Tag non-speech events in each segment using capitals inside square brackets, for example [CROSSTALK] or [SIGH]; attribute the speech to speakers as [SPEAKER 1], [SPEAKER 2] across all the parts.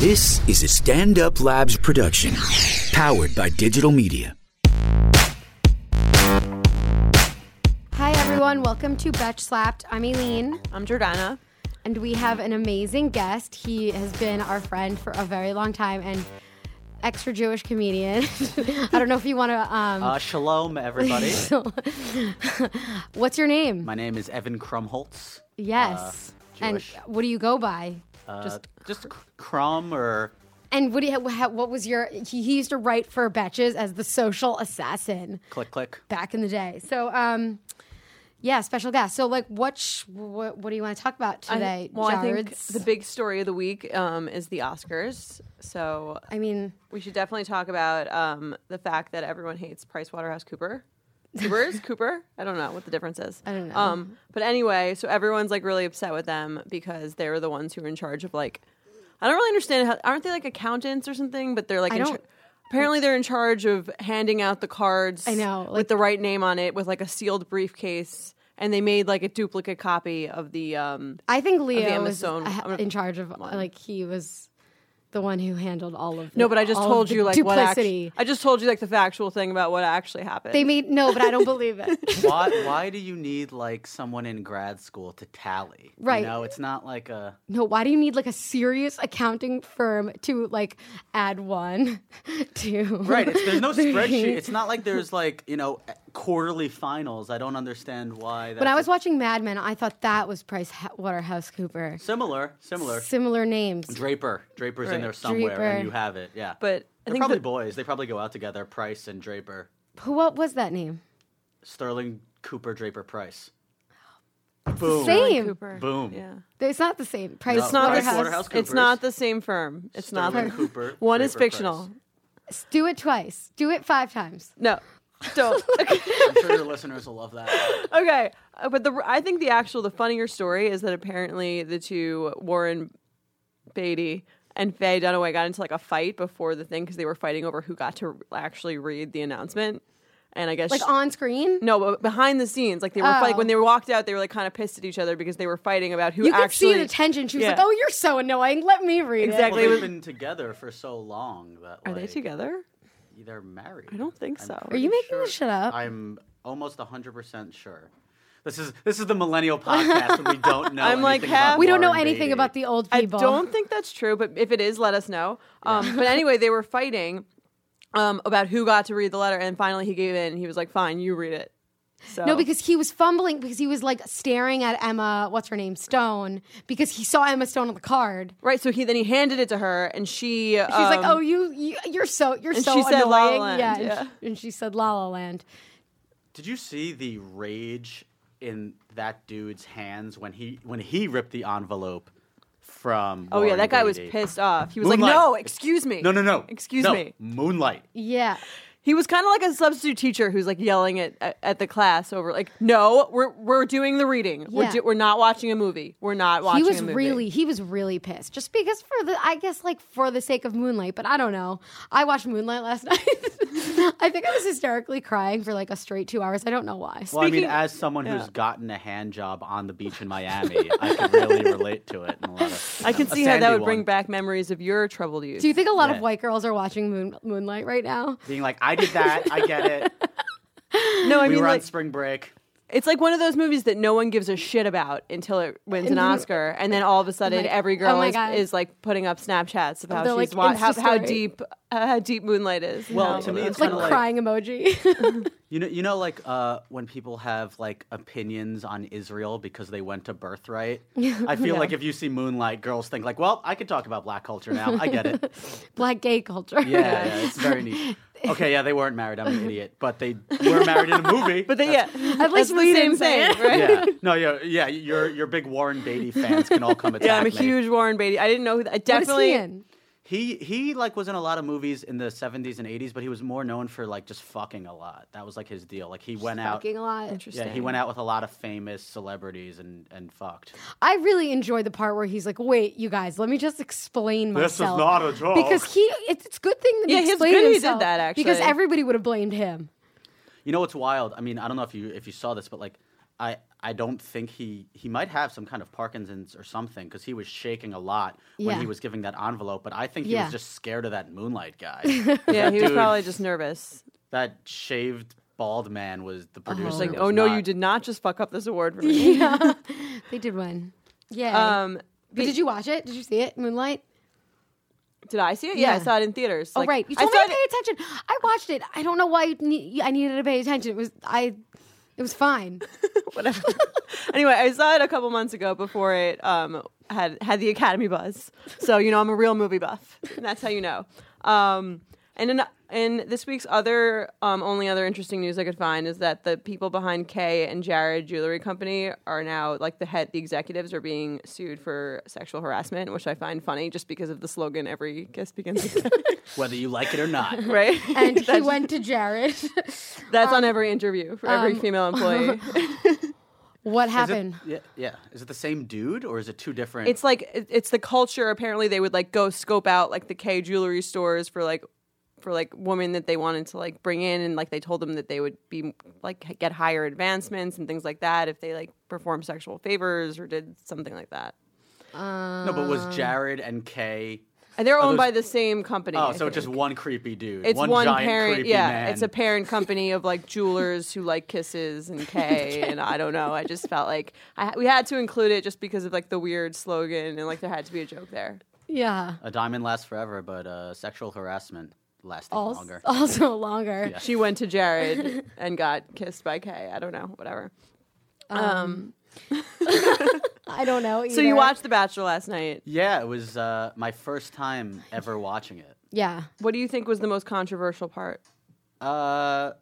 [SPEAKER 1] This is a Stand Up Labs production, powered by digital media.
[SPEAKER 2] Hi, everyone. Welcome to Betch Slapped. I'm Eileen,
[SPEAKER 3] I'm Jordana.
[SPEAKER 2] and we have an amazing guest. He has been our friend for a very long time and extra Jewish comedian. [LAUGHS] I don't know if you want to. Um,
[SPEAKER 4] Uh, shalom, everybody.
[SPEAKER 2] [LAUGHS] so- what's your name?
[SPEAKER 4] Uh, My name is Evan Krumholtz.
[SPEAKER 2] yes. and
[SPEAKER 4] Jewish.
[SPEAKER 2] what do you go by?
[SPEAKER 4] Uh, just just cr- Crum or
[SPEAKER 2] And what, do you, ha- what was your. He, he used to write for Betches as the social assassin
[SPEAKER 4] click click.
[SPEAKER 2] back in the day. So, um, yeah, special guest. So, like, what, sh- what, what do you want to talk about today,
[SPEAKER 3] I, well, I think
[SPEAKER 2] Jards?
[SPEAKER 3] the big story of the week um, is the Oscars. So
[SPEAKER 2] I mean,
[SPEAKER 3] we should definitely talk about um, the fact that everyone hates PricewaterhouseCooper.
[SPEAKER 2] [LAUGHS]
[SPEAKER 3] Coopers, Cooper. I don't know what the difference is. I
[SPEAKER 2] don't know.
[SPEAKER 3] Um, but anyway, so everyone's like really upset with them because they were the ones who were in charge of like. I don't really understand how aren't they like accountants or something? But they're like
[SPEAKER 2] I
[SPEAKER 3] in
[SPEAKER 2] don't-
[SPEAKER 3] char- apparently they're in charge of handing out the cards.
[SPEAKER 2] I know, like-
[SPEAKER 3] with the right name on it, with like a sealed briefcase, and they made like a duplicate copy of the. Um,
[SPEAKER 2] I think Leo was
[SPEAKER 3] Amazon
[SPEAKER 2] uh, in charge of like he was the one who handled all of
[SPEAKER 3] No, but I just told you like
[SPEAKER 2] duplicity.
[SPEAKER 3] what. Act- I just told you like the factual thing about what actually happened.
[SPEAKER 2] they made no, but I don't believe
[SPEAKER 3] [LAUGHS]
[SPEAKER 2] it.
[SPEAKER 4] Why why do you need like someone in grad school to tally?
[SPEAKER 2] Right.
[SPEAKER 4] You know, it's not like a
[SPEAKER 2] No, why do you need like a serious accounting firm to like add one, [LAUGHS] two?
[SPEAKER 4] right. It's, there's
[SPEAKER 2] [LAUGHS]
[SPEAKER 4] no spreadsheet. It's not like there's like you know e, quarterly finals. I don't understand why. That's
[SPEAKER 2] When I was
[SPEAKER 4] a-
[SPEAKER 2] watching Mad Men, I thought that was Price Waterhouse Cooper.
[SPEAKER 4] similar, similar.
[SPEAKER 2] Similar names.
[SPEAKER 4] Draper, Draper's
[SPEAKER 3] Right.
[SPEAKER 4] in there somewhere,
[SPEAKER 2] Draper.
[SPEAKER 4] and you have it. Yeah,
[SPEAKER 3] but I
[SPEAKER 4] they're
[SPEAKER 3] think
[SPEAKER 4] probably
[SPEAKER 3] the-
[SPEAKER 4] boys. They probably go out together. Price and Draper,
[SPEAKER 2] Who? What was that name?
[SPEAKER 4] Sterling Cooper, Draper Price. Boom.
[SPEAKER 2] Same.
[SPEAKER 3] Cooper.
[SPEAKER 4] Boom.
[SPEAKER 3] Yeah.
[SPEAKER 2] It's not the same. Price
[SPEAKER 4] Oh. It's
[SPEAKER 3] It's not,
[SPEAKER 4] Price
[SPEAKER 3] the,
[SPEAKER 4] Waterhouse
[SPEAKER 3] it's
[SPEAKER 4] Coopers.
[SPEAKER 3] not the same firm. It's not
[SPEAKER 4] Sterling
[SPEAKER 3] the,
[SPEAKER 4] Cooper,
[SPEAKER 3] [LAUGHS] One is
[SPEAKER 4] Draper Price.
[SPEAKER 3] fictional.
[SPEAKER 2] Do it twice. Do it five times.
[SPEAKER 3] No.
[SPEAKER 4] [LAUGHS]
[SPEAKER 3] Don't. okay.
[SPEAKER 4] I'm sure your listeners will
[SPEAKER 3] [LAUGHS]
[SPEAKER 4] love that.
[SPEAKER 3] okay. Uh, but the I think the actual the funnier story is that apparently the two Warren Beatty and Faye Dunaway got into like a fight before the thing because they were fighting over who got to actually read the announcement. And I guess
[SPEAKER 2] Like
[SPEAKER 3] she-
[SPEAKER 2] on screen.
[SPEAKER 3] No, but behind the scenes, like they were
[SPEAKER 2] Oh.
[SPEAKER 3] like when they walked out, they were like kind of pissed at each other because they were fighting about who
[SPEAKER 2] You could
[SPEAKER 3] actually.
[SPEAKER 2] see the tension. She was
[SPEAKER 3] Yeah.
[SPEAKER 2] like, "Oh, you're so annoying. Let me read
[SPEAKER 3] Exactly.
[SPEAKER 4] Well,
[SPEAKER 3] They
[SPEAKER 4] they've
[SPEAKER 3] was-
[SPEAKER 4] been together for so long that
[SPEAKER 3] Are they
[SPEAKER 4] like,
[SPEAKER 3] together?
[SPEAKER 4] They're married.
[SPEAKER 3] I don't think
[SPEAKER 4] I'm
[SPEAKER 3] so. Are
[SPEAKER 2] it." Are
[SPEAKER 4] pretty
[SPEAKER 2] you making
[SPEAKER 4] sure-
[SPEAKER 2] this shit up?
[SPEAKER 4] I'm almost 100 percent sure. This is this is the millennial podcast, and
[SPEAKER 3] [LAUGHS]
[SPEAKER 4] we don't know.
[SPEAKER 3] I'm like
[SPEAKER 4] anything about
[SPEAKER 3] half-
[SPEAKER 2] we don't know
[SPEAKER 4] Warren
[SPEAKER 2] anything
[SPEAKER 4] Beatty.
[SPEAKER 2] about the old
[SPEAKER 3] I
[SPEAKER 2] people.
[SPEAKER 3] don't think that's true, but if it is, let us know. Um, but anyway, they were fighting um, about who got to read the letter, and finally he gave in. He was like, "Fine, you read it." So
[SPEAKER 2] No, because he was fumbling because he was like staring at Emma. What's her name? Stone. Because he saw Emma Stone on the card.
[SPEAKER 3] right, so he then he handed it to her, and she she's
[SPEAKER 2] She's like, "Oh, you, you you're so you're
[SPEAKER 3] Um, and
[SPEAKER 2] so
[SPEAKER 3] she said
[SPEAKER 2] annoying."
[SPEAKER 3] La La Land,
[SPEAKER 2] yeah, and
[SPEAKER 3] yeah.
[SPEAKER 2] she- and she said La La Land.
[SPEAKER 4] Did you see the rage in that dude's hands when he when he ripped the envelope from?
[SPEAKER 3] oh yeah,
[SPEAKER 4] Warren
[SPEAKER 3] that guy was
[SPEAKER 4] Beatty?
[SPEAKER 3] pissed off. He was like,
[SPEAKER 4] Moonlight.
[SPEAKER 3] "No, excuse me,
[SPEAKER 4] No, no, no.
[SPEAKER 3] excuse
[SPEAKER 4] No,
[SPEAKER 3] me."
[SPEAKER 4] Moonlight.
[SPEAKER 2] Yeah,
[SPEAKER 3] He was kind of like a substitute teacher who's like yelling at, at, at the class over like, "No, we're we're doing the reading.
[SPEAKER 2] Yeah.
[SPEAKER 3] We're do, we're not watching a movie. We're not watching."
[SPEAKER 2] he was
[SPEAKER 3] a movie.
[SPEAKER 2] really he was really pissed just because for the I guess like for the sake of Moonlight, but I don't know. I watched Moonlight last [LAUGHS] night. I think I was hysterically crying for like a straight two hours. I don't know why.
[SPEAKER 4] Well, I mean,
[SPEAKER 3] Speaking-
[SPEAKER 4] as someone who's
[SPEAKER 3] yeah.
[SPEAKER 4] gotten a hand job on the beach in Miami, I can really relate to it. In a lot of,
[SPEAKER 3] [LAUGHS] I can
[SPEAKER 4] a
[SPEAKER 3] see how that
[SPEAKER 4] sandy
[SPEAKER 3] would bring
[SPEAKER 4] one.
[SPEAKER 3] back memories of your troubled youth.
[SPEAKER 2] Do you think a lot of
[SPEAKER 4] Yeah.
[SPEAKER 2] white girls are watching Moon, Moonlight right now?
[SPEAKER 4] being like, "I did that. I
[SPEAKER 3] [LAUGHS]
[SPEAKER 4] get it.
[SPEAKER 3] no, I
[SPEAKER 4] we
[SPEAKER 3] mean
[SPEAKER 4] were
[SPEAKER 3] like
[SPEAKER 4] on spring break."
[SPEAKER 3] it's like one of those movies that no one gives a shit about until it wins an Oscar, and then all of a sudden
[SPEAKER 2] my-
[SPEAKER 3] every
[SPEAKER 2] oh
[SPEAKER 3] girl
[SPEAKER 2] my
[SPEAKER 3] is,
[SPEAKER 2] God.
[SPEAKER 3] is like putting up Snapchats about
[SPEAKER 2] They're,
[SPEAKER 3] how she's
[SPEAKER 2] like,
[SPEAKER 3] wa- how,
[SPEAKER 2] Insta
[SPEAKER 3] how
[SPEAKER 2] story.
[SPEAKER 3] deep uh, how deep Moonlight is. and
[SPEAKER 4] Well,
[SPEAKER 3] how-
[SPEAKER 4] to me, it's
[SPEAKER 2] Like
[SPEAKER 4] kinda like-
[SPEAKER 2] crying emoji. [LAUGHS]
[SPEAKER 4] You know, you know, like uh, when people have like opinions on Israel because they went
[SPEAKER 3] [LAUGHS]
[SPEAKER 4] to birthright. I feel like if you see Moonlight, girls think like, "Well, I could talk about black culture now. I
[SPEAKER 3] [LAUGHS]
[SPEAKER 4] get it."
[SPEAKER 2] Black gay culture. [LAUGHS]
[SPEAKER 4] Yeah, yeah, it's very neat. Okay, yeah, they weren't married. I'm an idiot, but they were married in a
[SPEAKER 3] [LAUGHS]
[SPEAKER 4] movie.
[SPEAKER 3] but then, yeah,
[SPEAKER 2] At least
[SPEAKER 3] that's
[SPEAKER 2] we didn't
[SPEAKER 3] the same
[SPEAKER 2] say
[SPEAKER 3] thing,
[SPEAKER 2] it.
[SPEAKER 3] [LAUGHS] right?
[SPEAKER 4] yeah, no, yeah, yeah. Your your big Warren Beatty fans can all come
[SPEAKER 3] [LAUGHS]
[SPEAKER 4] attack
[SPEAKER 3] Yeah, I'm a
[SPEAKER 4] me.
[SPEAKER 3] huge Warren Beatty. I didn't know. Who, I
[SPEAKER 2] What is
[SPEAKER 3] definitely
[SPEAKER 2] he in?
[SPEAKER 4] He he like was in a lot of movies in the 70s and 80s, but he was more known for like just fucking a lot. That was like his deal. Like he went out.
[SPEAKER 2] Fucking a lot.
[SPEAKER 3] Interesting.
[SPEAKER 4] Yeah, he went out with a lot of famous celebrities and and fucked.
[SPEAKER 2] I really enjoy the part where he's like, "Wait, you guys, let me just explain
[SPEAKER 4] This is
[SPEAKER 2] myself."
[SPEAKER 4] not a joke.
[SPEAKER 2] Because he, it's, it's a good thing that
[SPEAKER 3] Yeah,
[SPEAKER 2] he
[SPEAKER 3] he's
[SPEAKER 2] explained
[SPEAKER 3] good he did
[SPEAKER 2] himself,
[SPEAKER 3] that, actually.
[SPEAKER 2] because everybody would have blamed him.
[SPEAKER 4] You know what's wild? I mean, I don't know if you if you saw this, but like I I don't think he he might have some kind of Parkinson's or something because he was shaking a lot when
[SPEAKER 2] Yeah.
[SPEAKER 4] he was giving that envelope. But I think he
[SPEAKER 2] Yeah.
[SPEAKER 4] was just scared of that moonlight guy.
[SPEAKER 3] [LAUGHS] Yeah,
[SPEAKER 4] That
[SPEAKER 3] he was
[SPEAKER 4] dude-
[SPEAKER 3] probably just nervous.
[SPEAKER 4] that shaved bald man was the producer.
[SPEAKER 3] Just like,
[SPEAKER 4] was
[SPEAKER 3] oh no,
[SPEAKER 4] not-
[SPEAKER 3] you did not just fuck up this award for me.
[SPEAKER 2] They did win. Yeah.
[SPEAKER 3] Um,
[SPEAKER 2] but did you watch it? Did you see it? Moonlight?
[SPEAKER 3] did I see it? Yeah, I
[SPEAKER 2] Yeah.
[SPEAKER 3] saw it in theaters.
[SPEAKER 2] Oh
[SPEAKER 3] Like,
[SPEAKER 2] right, you
[SPEAKER 3] I
[SPEAKER 2] told me
[SPEAKER 3] saw
[SPEAKER 2] to pay attention. I watched it. I don't know why you ne- I needed to pay attention. It was I. It was
[SPEAKER 3] [LAUGHS]
[SPEAKER 2] fine.
[SPEAKER 3] whatever. anyway, I saw it a couple months ago before it um, had had the Academy buzz. So you know I'm a real movie buff, and that's how you know. Um, and in, in this week's other um, only other interesting news I could find is that the people behind Kay and Jared Jewelry Company are now like the head the executives are being sued for sexual harassment, which I find funny just because of the slogan "Every kiss begins with K," [LAUGHS]
[SPEAKER 4] whether you like it or not.
[SPEAKER 3] right?
[SPEAKER 2] And he went to Jared. [LAUGHS]
[SPEAKER 3] That's on every interview for every female employee.
[SPEAKER 2] what
[SPEAKER 4] Is it,
[SPEAKER 2] happened?
[SPEAKER 4] yeah, yeah. Is it the same dude or is it two different?
[SPEAKER 3] it's like it- it's the culture apparently they would like go scope out like the k jewelry stores for like for like women that they wanted to like bring in and like they told them that they would be like get higher advancements and things like that if they like performed sexual favors or did something like that
[SPEAKER 4] no, but
[SPEAKER 3] Um,
[SPEAKER 4] was Jared and Kay?
[SPEAKER 3] and they're owned
[SPEAKER 4] those-
[SPEAKER 3] by the same company I
[SPEAKER 4] Oh, so
[SPEAKER 3] think.
[SPEAKER 4] it's just one creepy dude.
[SPEAKER 3] it's
[SPEAKER 4] one,
[SPEAKER 3] one,
[SPEAKER 4] giant
[SPEAKER 3] parent
[SPEAKER 4] creepy
[SPEAKER 3] yeah
[SPEAKER 4] man.
[SPEAKER 3] it's a parent company of like jewelers who like kisses
[SPEAKER 4] [LAUGHS]
[SPEAKER 3] and k and i don't know i just felt like I, we had to include it just because of like the weird slogan and like there had to be a joke there
[SPEAKER 2] Yeah.
[SPEAKER 4] A diamond lasts forever, but uh, sexual harassment lasting
[SPEAKER 2] Als-
[SPEAKER 4] longer.
[SPEAKER 2] [LAUGHS]
[SPEAKER 3] [LAUGHS]
[SPEAKER 2] Also longer.
[SPEAKER 4] Yeah.
[SPEAKER 3] she went to
[SPEAKER 2] [LAUGHS]
[SPEAKER 3] Jared and got kissed by Kay. I don't know, whatever.
[SPEAKER 2] [LAUGHS]
[SPEAKER 3] Um,
[SPEAKER 2] I don't know.
[SPEAKER 3] so you
[SPEAKER 2] either.
[SPEAKER 3] watched The Bachelor last night.
[SPEAKER 4] Yeah, it was uh, my first time ever watching it.
[SPEAKER 2] Yeah.
[SPEAKER 3] What do you think was the most controversial part?
[SPEAKER 4] Uh,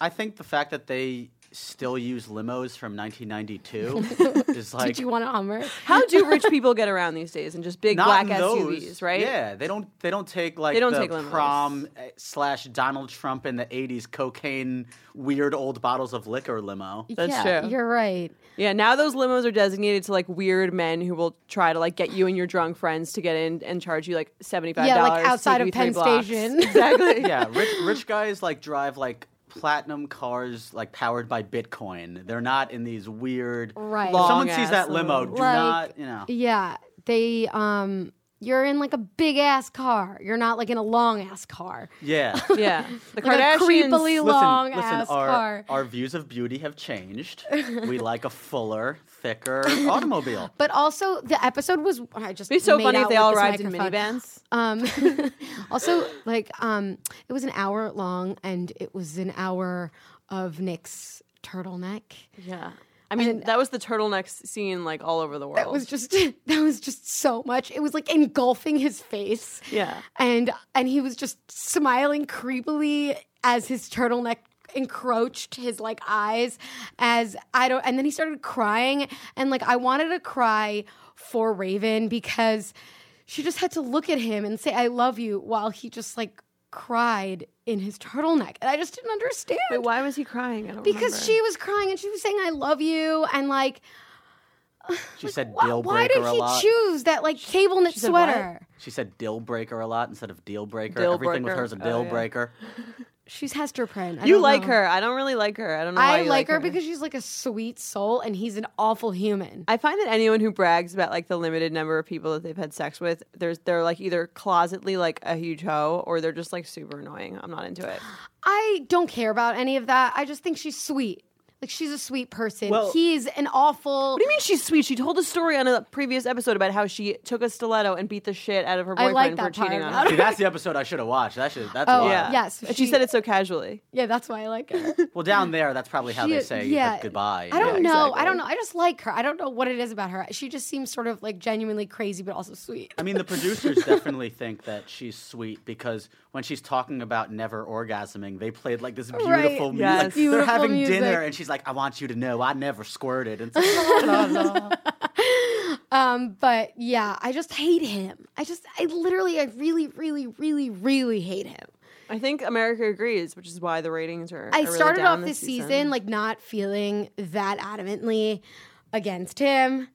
[SPEAKER 4] I think the fact that they still use limos
[SPEAKER 3] [LAUGHS]
[SPEAKER 4] from 1992 is like
[SPEAKER 2] Did you want a Hummer?
[SPEAKER 3] How
[SPEAKER 2] [LAUGHS]
[SPEAKER 3] do rich people get around these days in just big
[SPEAKER 4] not
[SPEAKER 3] black
[SPEAKER 4] in those.
[SPEAKER 3] SUVs, right?
[SPEAKER 4] Yeah, they don't they don't take like
[SPEAKER 3] They don't
[SPEAKER 4] the
[SPEAKER 3] take limos.
[SPEAKER 4] prom eh, slash Donald Trump in the 80s cocaine weird old bottles of liquor limo.
[SPEAKER 3] That's
[SPEAKER 2] yeah,
[SPEAKER 3] true.
[SPEAKER 2] You're right.
[SPEAKER 3] Yeah, now those limos are designated to like weird men who will try to like get you and your drunk friends to get in and charge you like $75
[SPEAKER 2] Yeah, like
[SPEAKER 3] to
[SPEAKER 2] outside of
[SPEAKER 3] give you three
[SPEAKER 2] Penn
[SPEAKER 3] blocks.
[SPEAKER 2] Station. [LAUGHS]
[SPEAKER 3] [LAUGHS] Exactly.
[SPEAKER 4] yeah, rich rich guys like drive like platinum cars like powered by Bitcoin. They're not in these weird
[SPEAKER 2] Right.
[SPEAKER 4] If someone
[SPEAKER 3] Long-ass
[SPEAKER 4] sees that limo,
[SPEAKER 3] limo.
[SPEAKER 2] Like-
[SPEAKER 4] do not you know
[SPEAKER 2] Yeah. They um. You're in like a big ass car. You're not like in a long ass car. [LAUGHS]
[SPEAKER 4] Yeah.
[SPEAKER 3] Yeah. The
[SPEAKER 2] Like a
[SPEAKER 3] Kardashians
[SPEAKER 2] creepily long ass
[SPEAKER 4] our,
[SPEAKER 2] car.
[SPEAKER 4] our views of beauty have
[SPEAKER 2] [LAUGHS]
[SPEAKER 4] changed. we like a fuller, thicker automobile.
[SPEAKER 2] But also, the episode was I just
[SPEAKER 3] It'd be so
[SPEAKER 2] made
[SPEAKER 3] funny if
[SPEAKER 2] out
[SPEAKER 3] they
[SPEAKER 2] with
[SPEAKER 3] all
[SPEAKER 2] this
[SPEAKER 3] arrived in
[SPEAKER 2] microphone.
[SPEAKER 3] minivans.
[SPEAKER 2] Um, also, like, um, it was an hour long, and it was an hour of Nick's turtleneck.
[SPEAKER 3] Yeah. I mean, that was the turtleneck s- scene like all over the world.
[SPEAKER 2] That was just [LAUGHS] that was just so much. It was like engulfing his face.
[SPEAKER 3] Yeah.
[SPEAKER 2] and and he was just smiling creepily as his turtleneck encroached his like eyes as I don't and then he started crying and like I wanted to cry for Raven because she just had to look at him and say I love you while he just like cried in his turtleneck and I just didn't understand
[SPEAKER 3] Wait, why was he crying? I don't
[SPEAKER 2] because
[SPEAKER 3] remember.
[SPEAKER 2] she was crying and she was saying I love you and like
[SPEAKER 4] She said
[SPEAKER 2] wh-
[SPEAKER 4] deal
[SPEAKER 2] why
[SPEAKER 4] breaker
[SPEAKER 2] did
[SPEAKER 4] a
[SPEAKER 2] he
[SPEAKER 4] lot.
[SPEAKER 2] choose that like cable knit
[SPEAKER 3] said what?
[SPEAKER 2] sweater
[SPEAKER 4] She said deal breaker a lot instead of deal breaker.
[SPEAKER 3] Deal
[SPEAKER 4] Everything with
[SPEAKER 3] breaker.
[SPEAKER 4] her is a
[SPEAKER 3] Oh,
[SPEAKER 4] deal
[SPEAKER 3] yeah.
[SPEAKER 4] breaker.
[SPEAKER 2] she's Hester Prynne I
[SPEAKER 3] You
[SPEAKER 2] don't
[SPEAKER 3] like
[SPEAKER 2] know.
[SPEAKER 3] her. I don't really like her. I don't know why
[SPEAKER 2] I
[SPEAKER 3] you
[SPEAKER 2] like, her, because she's like a sweet soul and he's an awful human.
[SPEAKER 3] I find that anyone who brags about like the limited number of people that they've had sex with, there's they're like either closetly like a huge hoe or they're just like super annoying. I'm not into it.
[SPEAKER 2] I don't care about any of that. I just think she's sweet. Like she's a sweet person.
[SPEAKER 4] Well-
[SPEAKER 2] he's an awful
[SPEAKER 3] What do you mean she's sweet? She told a story on a previous episode about how she took a stiletto and beat the shit out of her
[SPEAKER 2] I
[SPEAKER 3] boyfriend
[SPEAKER 2] like
[SPEAKER 3] for
[SPEAKER 2] that part.
[SPEAKER 3] cheating on
[SPEAKER 2] I
[SPEAKER 3] her.
[SPEAKER 4] See, that's the episode I should have watched. That should that's
[SPEAKER 2] Oh,
[SPEAKER 4] wild.
[SPEAKER 3] Yeah.
[SPEAKER 2] Yes,
[SPEAKER 3] And she
[SPEAKER 2] she-
[SPEAKER 3] said it so casually.
[SPEAKER 2] Yeah, that's why I like her.
[SPEAKER 4] Well, down there, that's probably how
[SPEAKER 2] She-
[SPEAKER 4] they say
[SPEAKER 2] yeah.
[SPEAKER 4] like, goodbye.
[SPEAKER 2] I don't
[SPEAKER 4] Yeah.
[SPEAKER 2] know. I
[SPEAKER 3] exactly.
[SPEAKER 2] don't know. I just like her. I don't know what it is about her. She just seems sort of like genuinely crazy but also sweet.
[SPEAKER 4] I mean, the producers definitely think that she's sweet because when she's talking about never orgasming, they played like this beautiful music.
[SPEAKER 3] Yes.
[SPEAKER 4] Like,
[SPEAKER 2] Beautiful
[SPEAKER 4] they're having
[SPEAKER 2] music.
[SPEAKER 4] dinner, and she's like, "I want you to know, I never
[SPEAKER 2] [LAUGHS]
[SPEAKER 4] squirted." And it's like, la, la, la.
[SPEAKER 2] Um, but yeah, I just hate him. I just I literally I really really really really hate him.
[SPEAKER 3] I think America agrees, which is why the ratings are.
[SPEAKER 2] I
[SPEAKER 3] are really
[SPEAKER 2] started
[SPEAKER 3] down
[SPEAKER 2] off this season.
[SPEAKER 3] season
[SPEAKER 2] like not feeling that adamantly against him,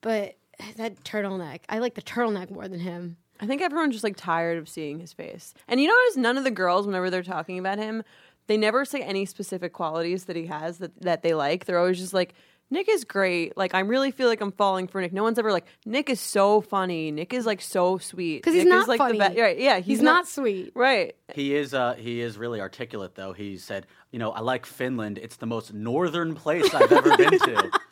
[SPEAKER 2] but that turtleneck. I like the turtleneck more than him.
[SPEAKER 3] I think everyone's just like tired of seeing his face. And you notice none of the girls, whenever they're talking about him, they never say any specific qualities that he has that, that they like. They're always just like, Nick is great. Like I really feel like I'm falling for Nick. No one's ever like Nick is so funny. Nick is like so sweet.
[SPEAKER 2] 'Cause he's
[SPEAKER 3] Nick
[SPEAKER 2] not
[SPEAKER 3] is, like,
[SPEAKER 2] funny.
[SPEAKER 3] The be- right? Yeah,
[SPEAKER 2] He's not sweet.
[SPEAKER 3] Right.
[SPEAKER 4] He is uh, he is really articulate though. He said, you know, I like Finland. It's the most northern place I've ever been to. [LAUGHS]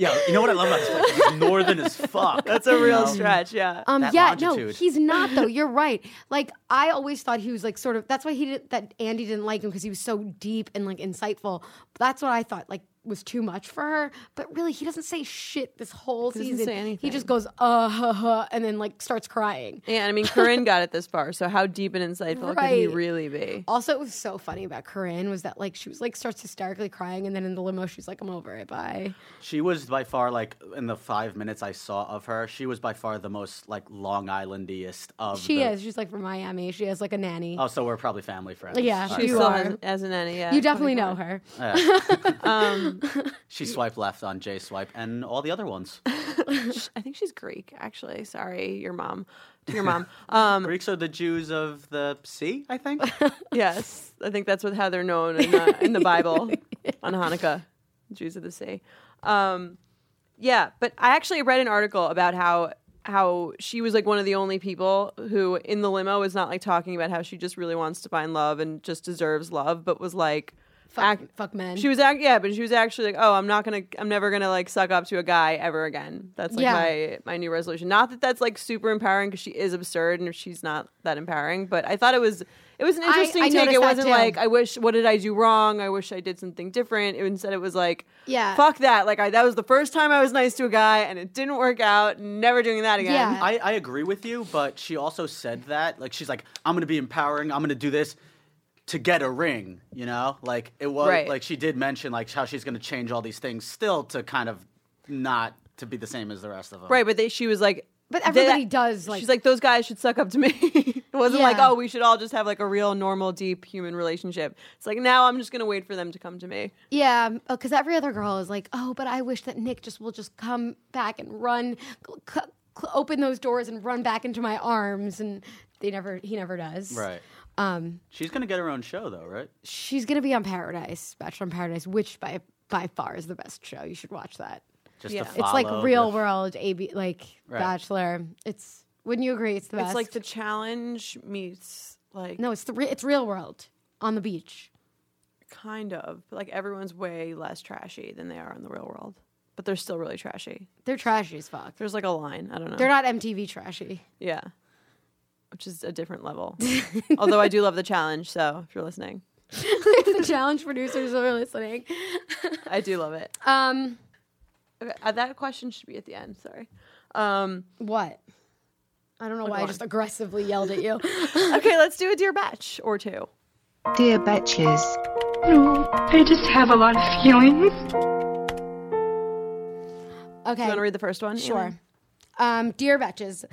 [SPEAKER 4] Yeah, you know what I love about this place? It's northern as fuck.
[SPEAKER 3] That's a
[SPEAKER 4] you
[SPEAKER 3] real [LAUGHS]
[SPEAKER 4] know?
[SPEAKER 3] stretch. Yeah.
[SPEAKER 2] Um,
[SPEAKER 4] that
[SPEAKER 2] yeah, no,
[SPEAKER 4] longitude.
[SPEAKER 2] he's not
[SPEAKER 3] [LAUGHS]
[SPEAKER 2] though. You're right. Like I always thought he was like sort of. That's why he did that. Andy didn't like him because he was so deep and like insightful. That's what I thought. Like was too much for her. But really, he doesn't say shit this whole
[SPEAKER 3] Doesn't
[SPEAKER 2] season.
[SPEAKER 3] say
[SPEAKER 2] He
[SPEAKER 3] anything.
[SPEAKER 2] just goes uh huh, huh, and then like starts crying.
[SPEAKER 3] yeah. I mean, Corinne got it this far. So how deep and insightful could he
[SPEAKER 2] Right.
[SPEAKER 3] really be?
[SPEAKER 2] Also, it was so funny about Corinne was that like she was like starts hysterically crying, and then in the limo she's like, "I'm over it, bye."
[SPEAKER 4] She was by far like in the five minutes I saw of her, she was by far the most like Long Islandiest of.
[SPEAKER 2] She
[SPEAKER 4] the-
[SPEAKER 2] is. She's like from Miami. She has like a nanny.
[SPEAKER 4] Oh, so we're probably family friends.
[SPEAKER 2] Yeah,
[SPEAKER 4] All
[SPEAKER 2] she-
[SPEAKER 3] She
[SPEAKER 2] You
[SPEAKER 3] still
[SPEAKER 2] are.
[SPEAKER 3] has, has an any. Yeah,
[SPEAKER 2] you definitely know her.
[SPEAKER 4] Yeah.
[SPEAKER 3] Um,
[SPEAKER 4] she swiped left on J swipe and all the other ones.
[SPEAKER 3] I think she's Greek. Actually, sorry, your mom. To your mom. Um,
[SPEAKER 4] Greeks are the Jews of the sea, I
[SPEAKER 2] [LAUGHS]
[SPEAKER 4] think.
[SPEAKER 3] yes, I think that's what how they're known in the, in the Bible on Hanukkah, Jews of the Sea. Um, yeah, but I actually read an article about how how she was like one of the only people who in the limo was not like talking about how she just really wants to find love and just deserves love, but was like.
[SPEAKER 2] Fuck,
[SPEAKER 3] act-
[SPEAKER 2] fuck men.
[SPEAKER 3] She was act yeah, but she was actually like, oh, I'm not gonna, I'm never gonna like suck up to a guy ever again. That's like
[SPEAKER 2] Yeah.
[SPEAKER 3] my my new resolution. Not that that's like super empowering because she is absurd and she's not that empowering, but I thought it was it was an
[SPEAKER 2] I-
[SPEAKER 3] interesting
[SPEAKER 2] I
[SPEAKER 3] take.
[SPEAKER 2] noticed
[SPEAKER 3] It
[SPEAKER 2] that
[SPEAKER 3] wasn't
[SPEAKER 2] too.
[SPEAKER 3] like I wish what did I do wrong? I wish I did something different. It- instead, it was like
[SPEAKER 2] Yeah.
[SPEAKER 3] fuck that. Like I that was the first time I was nice to a guy and it didn't work out. Never doing that again.
[SPEAKER 2] Yeah.
[SPEAKER 4] I, I agree with you, but she also said that. Like, she's like, I'm going to be empowering. I'm going to do this to get a ring, you know? Like, it was,
[SPEAKER 3] Right.
[SPEAKER 4] like, she did mention, like, how she's going to change all these things still to kind of not to be the same as the rest of them.
[SPEAKER 3] Right, but they, she was like.
[SPEAKER 2] But
[SPEAKER 3] they-
[SPEAKER 2] everybody does, like-
[SPEAKER 3] she's like those guys should suck up to me. [LAUGHS] it wasn't like
[SPEAKER 2] Yeah.
[SPEAKER 3] oh we should all just have like a real normal deep human relationship. It's like now I'm just gonna wait for them to come to me.
[SPEAKER 2] Yeah, because every other girl is like, "Oh, but I wish that Nick just will just come back and run, cl- cl- cl- open those doors and run back into my arms." And they never, he never does.
[SPEAKER 4] Right.
[SPEAKER 2] Um,
[SPEAKER 4] She's going to get her own show, though, right?
[SPEAKER 2] she's gonna be on Paradise, Bachelor in Paradise, which by by far is the best show. You should watch that.
[SPEAKER 4] Just
[SPEAKER 3] Yeah.
[SPEAKER 4] to
[SPEAKER 2] It's like
[SPEAKER 4] follow
[SPEAKER 2] real
[SPEAKER 4] the-
[SPEAKER 2] world, AB, like
[SPEAKER 4] Right.
[SPEAKER 2] Bachelor. It's wouldn't you agree? It's the best.
[SPEAKER 3] It's like the challenge meets like
[SPEAKER 2] no, it's the re- it's real world on the beach.
[SPEAKER 3] kind of but like everyone's way less trashy than they are in the real world, but they're still really trashy.
[SPEAKER 2] They're trashy as fuck.
[SPEAKER 3] There's like a line. I don't know.
[SPEAKER 2] They're not MTV trashy.
[SPEAKER 3] yeah, which is a different level. Although I do love the challenge. So if you're listening,
[SPEAKER 2] [LAUGHS] the challenge producers are listening.
[SPEAKER 3] I do love it.
[SPEAKER 2] Um,
[SPEAKER 3] Okay, uh, that question should be at the end. Sorry. Um,
[SPEAKER 2] What? I don't know why I
[SPEAKER 3] on.
[SPEAKER 2] just aggressively yelled [LAUGHS] at you.
[SPEAKER 3] okay, let's do a dear batch or two.
[SPEAKER 5] Dear Betches,
[SPEAKER 6] No, I just have a lot of feelings.
[SPEAKER 3] Do you
[SPEAKER 2] Okay.
[SPEAKER 3] want to read the first one?
[SPEAKER 2] Sure.
[SPEAKER 3] Elin?
[SPEAKER 2] Um, dear Betches.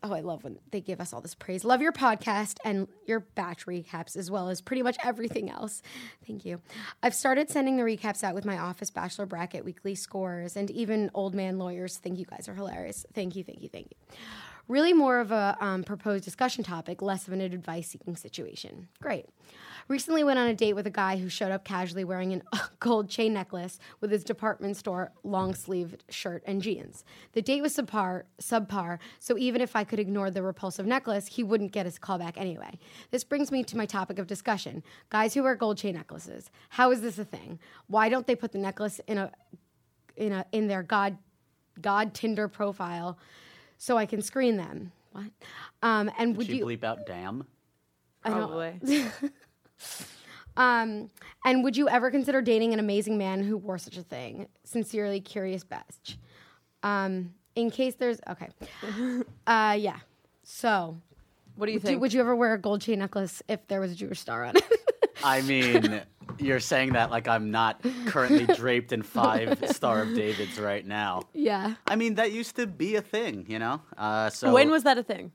[SPEAKER 2] Oh, I love when they give us all this praise. Love your podcast and your batch recaps as well as pretty much everything else. Thank you. I've started sending the recaps out with my office bachelor bracket weekly scores and even old man lawyers think you guys are hilarious. Thank you, thank you, thank you. Really more of a um, proposed discussion topic, less of an advice seeking situation. Great. Recently went on a date with a guy who showed up casually wearing an [LAUGHS] gold chain necklace with his department store long sleeved shirt and jeans. The date was subpar, subpar, so even if I could ignore the repulsive necklace, he wouldn't get his call back anyway. This brings me to my topic of discussion guys who wear gold chain necklaces. How is this a thing? Why don't they put the necklace in a in a in their god god Tinder profile so I can screen them? What? Um, and would
[SPEAKER 4] She
[SPEAKER 2] you
[SPEAKER 4] bleep out damn.
[SPEAKER 3] Probably.
[SPEAKER 2] [LAUGHS] Um, and would you ever consider dating an amazing man who wore such a thing? Sincerely, curious best. Um, in case there's okay, uh, yeah. So,
[SPEAKER 3] What do you
[SPEAKER 2] do,
[SPEAKER 3] think?
[SPEAKER 2] would you ever wear a gold chain necklace if there was a Jewish star on it? [LAUGHS]
[SPEAKER 4] I mean, you're saying that like I'm not currently draped in five Star of Davids right now.
[SPEAKER 2] [LAUGHS] yeah,
[SPEAKER 4] I mean, that used to be a thing, you know. Uh, so
[SPEAKER 3] when was that a thing?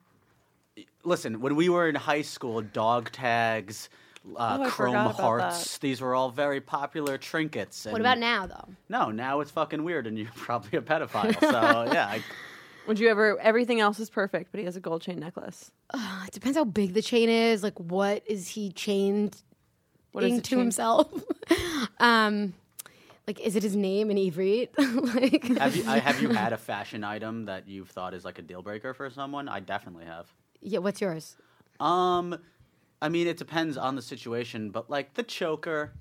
[SPEAKER 4] listen when we were in high school? Dog tags, uh,
[SPEAKER 3] Oh, I
[SPEAKER 4] chrome
[SPEAKER 3] forgot about
[SPEAKER 4] hearts. These were all very popular trinkets.
[SPEAKER 2] what about now though?
[SPEAKER 4] No, now it's fucking weird, and you're [LAUGHS] probably a pedophile.
[SPEAKER 3] [LAUGHS]
[SPEAKER 4] So yeah, I,
[SPEAKER 3] Would you ever? Everything else is perfect, but he has a gold chain necklace.
[SPEAKER 2] It depends how big the chain is. Like, what is he chained
[SPEAKER 3] What is
[SPEAKER 2] thing
[SPEAKER 3] it
[SPEAKER 2] to
[SPEAKER 3] changed?
[SPEAKER 2] himself. [LAUGHS] um, like, is it his name in Ivrit? [LAUGHS] like,
[SPEAKER 4] Have you, I- have you had a fashion item that you've thought is like a deal breaker for someone? I definitely have.
[SPEAKER 2] yeah. What's yours?
[SPEAKER 4] Um, I mean, it depends on the situation, but like the choker.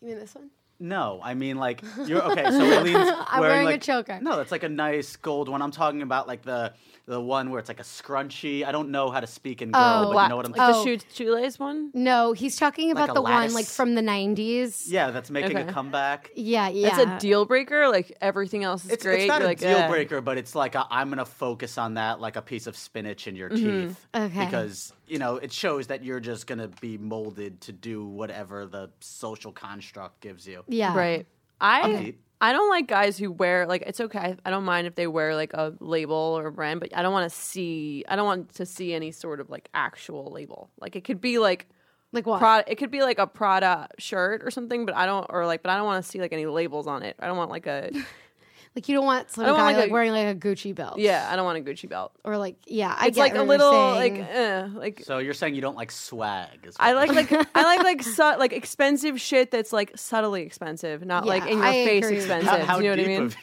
[SPEAKER 2] You mean this one?
[SPEAKER 4] No, I mean like
[SPEAKER 3] [LAUGHS]
[SPEAKER 4] you're okay. So Eileen's I'm
[SPEAKER 2] wearing a
[SPEAKER 4] like,
[SPEAKER 2] choker.
[SPEAKER 4] No, that's like a nice gold one. I'm talking about like the the one where it's like a scrunchie. I don't know how to speak in gold, but you know what I'm.
[SPEAKER 3] like the
[SPEAKER 2] Oh.
[SPEAKER 3] shoe, shoelace one.
[SPEAKER 2] No, he's talking about
[SPEAKER 4] a
[SPEAKER 2] the one
[SPEAKER 4] lattice?
[SPEAKER 2] like from the '90s.
[SPEAKER 4] Yeah, that's making
[SPEAKER 3] Okay.
[SPEAKER 4] a comeback.
[SPEAKER 2] yeah, yeah.
[SPEAKER 3] That's a deal breaker. Like everything else is
[SPEAKER 4] It's,
[SPEAKER 3] great.
[SPEAKER 4] it's not
[SPEAKER 3] You're
[SPEAKER 4] a
[SPEAKER 3] like,
[SPEAKER 4] deal
[SPEAKER 3] "Eh."
[SPEAKER 4] breaker, but it's like i am I'm gonna focus on that like a piece of spinach in your
[SPEAKER 3] Mm-hmm.
[SPEAKER 4] teeth,
[SPEAKER 2] Okay.
[SPEAKER 4] because you know it shows that you're just gonna be molded to do whatever the social construct gives you.
[SPEAKER 2] yeah.
[SPEAKER 3] Right. I
[SPEAKER 4] Okay.
[SPEAKER 3] I don't like guys who wear like it's okay. I- I don't mind if they wear like a label or a brand, but I don't want to see. I don't want to see any sort of like actual label. Like it could be like
[SPEAKER 2] Like what?
[SPEAKER 3] Prada, it could be like a Prada shirt or something, but I don't or like, but I don't want to see like any labels on it. I don't want like a
[SPEAKER 2] [LAUGHS] like you don't want some
[SPEAKER 3] I don't
[SPEAKER 2] guy
[SPEAKER 3] want,
[SPEAKER 2] like,
[SPEAKER 3] like, a-
[SPEAKER 2] wearing like a Gucci belt.
[SPEAKER 3] yeah. I don't want a Gucci belt.
[SPEAKER 2] Or like yeah, I
[SPEAKER 3] It's
[SPEAKER 2] get
[SPEAKER 3] like
[SPEAKER 2] what
[SPEAKER 3] a
[SPEAKER 2] you're
[SPEAKER 3] little
[SPEAKER 2] saying.
[SPEAKER 3] like uh, like
[SPEAKER 4] So you're saying you don't like swag? Is
[SPEAKER 3] I
[SPEAKER 4] what
[SPEAKER 3] like like I
[SPEAKER 2] [LAUGHS]
[SPEAKER 3] like like su- like expensive shit that's like subtly expensive, not like
[SPEAKER 2] Yeah,
[SPEAKER 3] in your
[SPEAKER 2] I
[SPEAKER 3] face
[SPEAKER 2] agree.
[SPEAKER 3] expensive.
[SPEAKER 4] How, how
[SPEAKER 3] you know
[SPEAKER 4] deep
[SPEAKER 3] what I mean?
[SPEAKER 4] of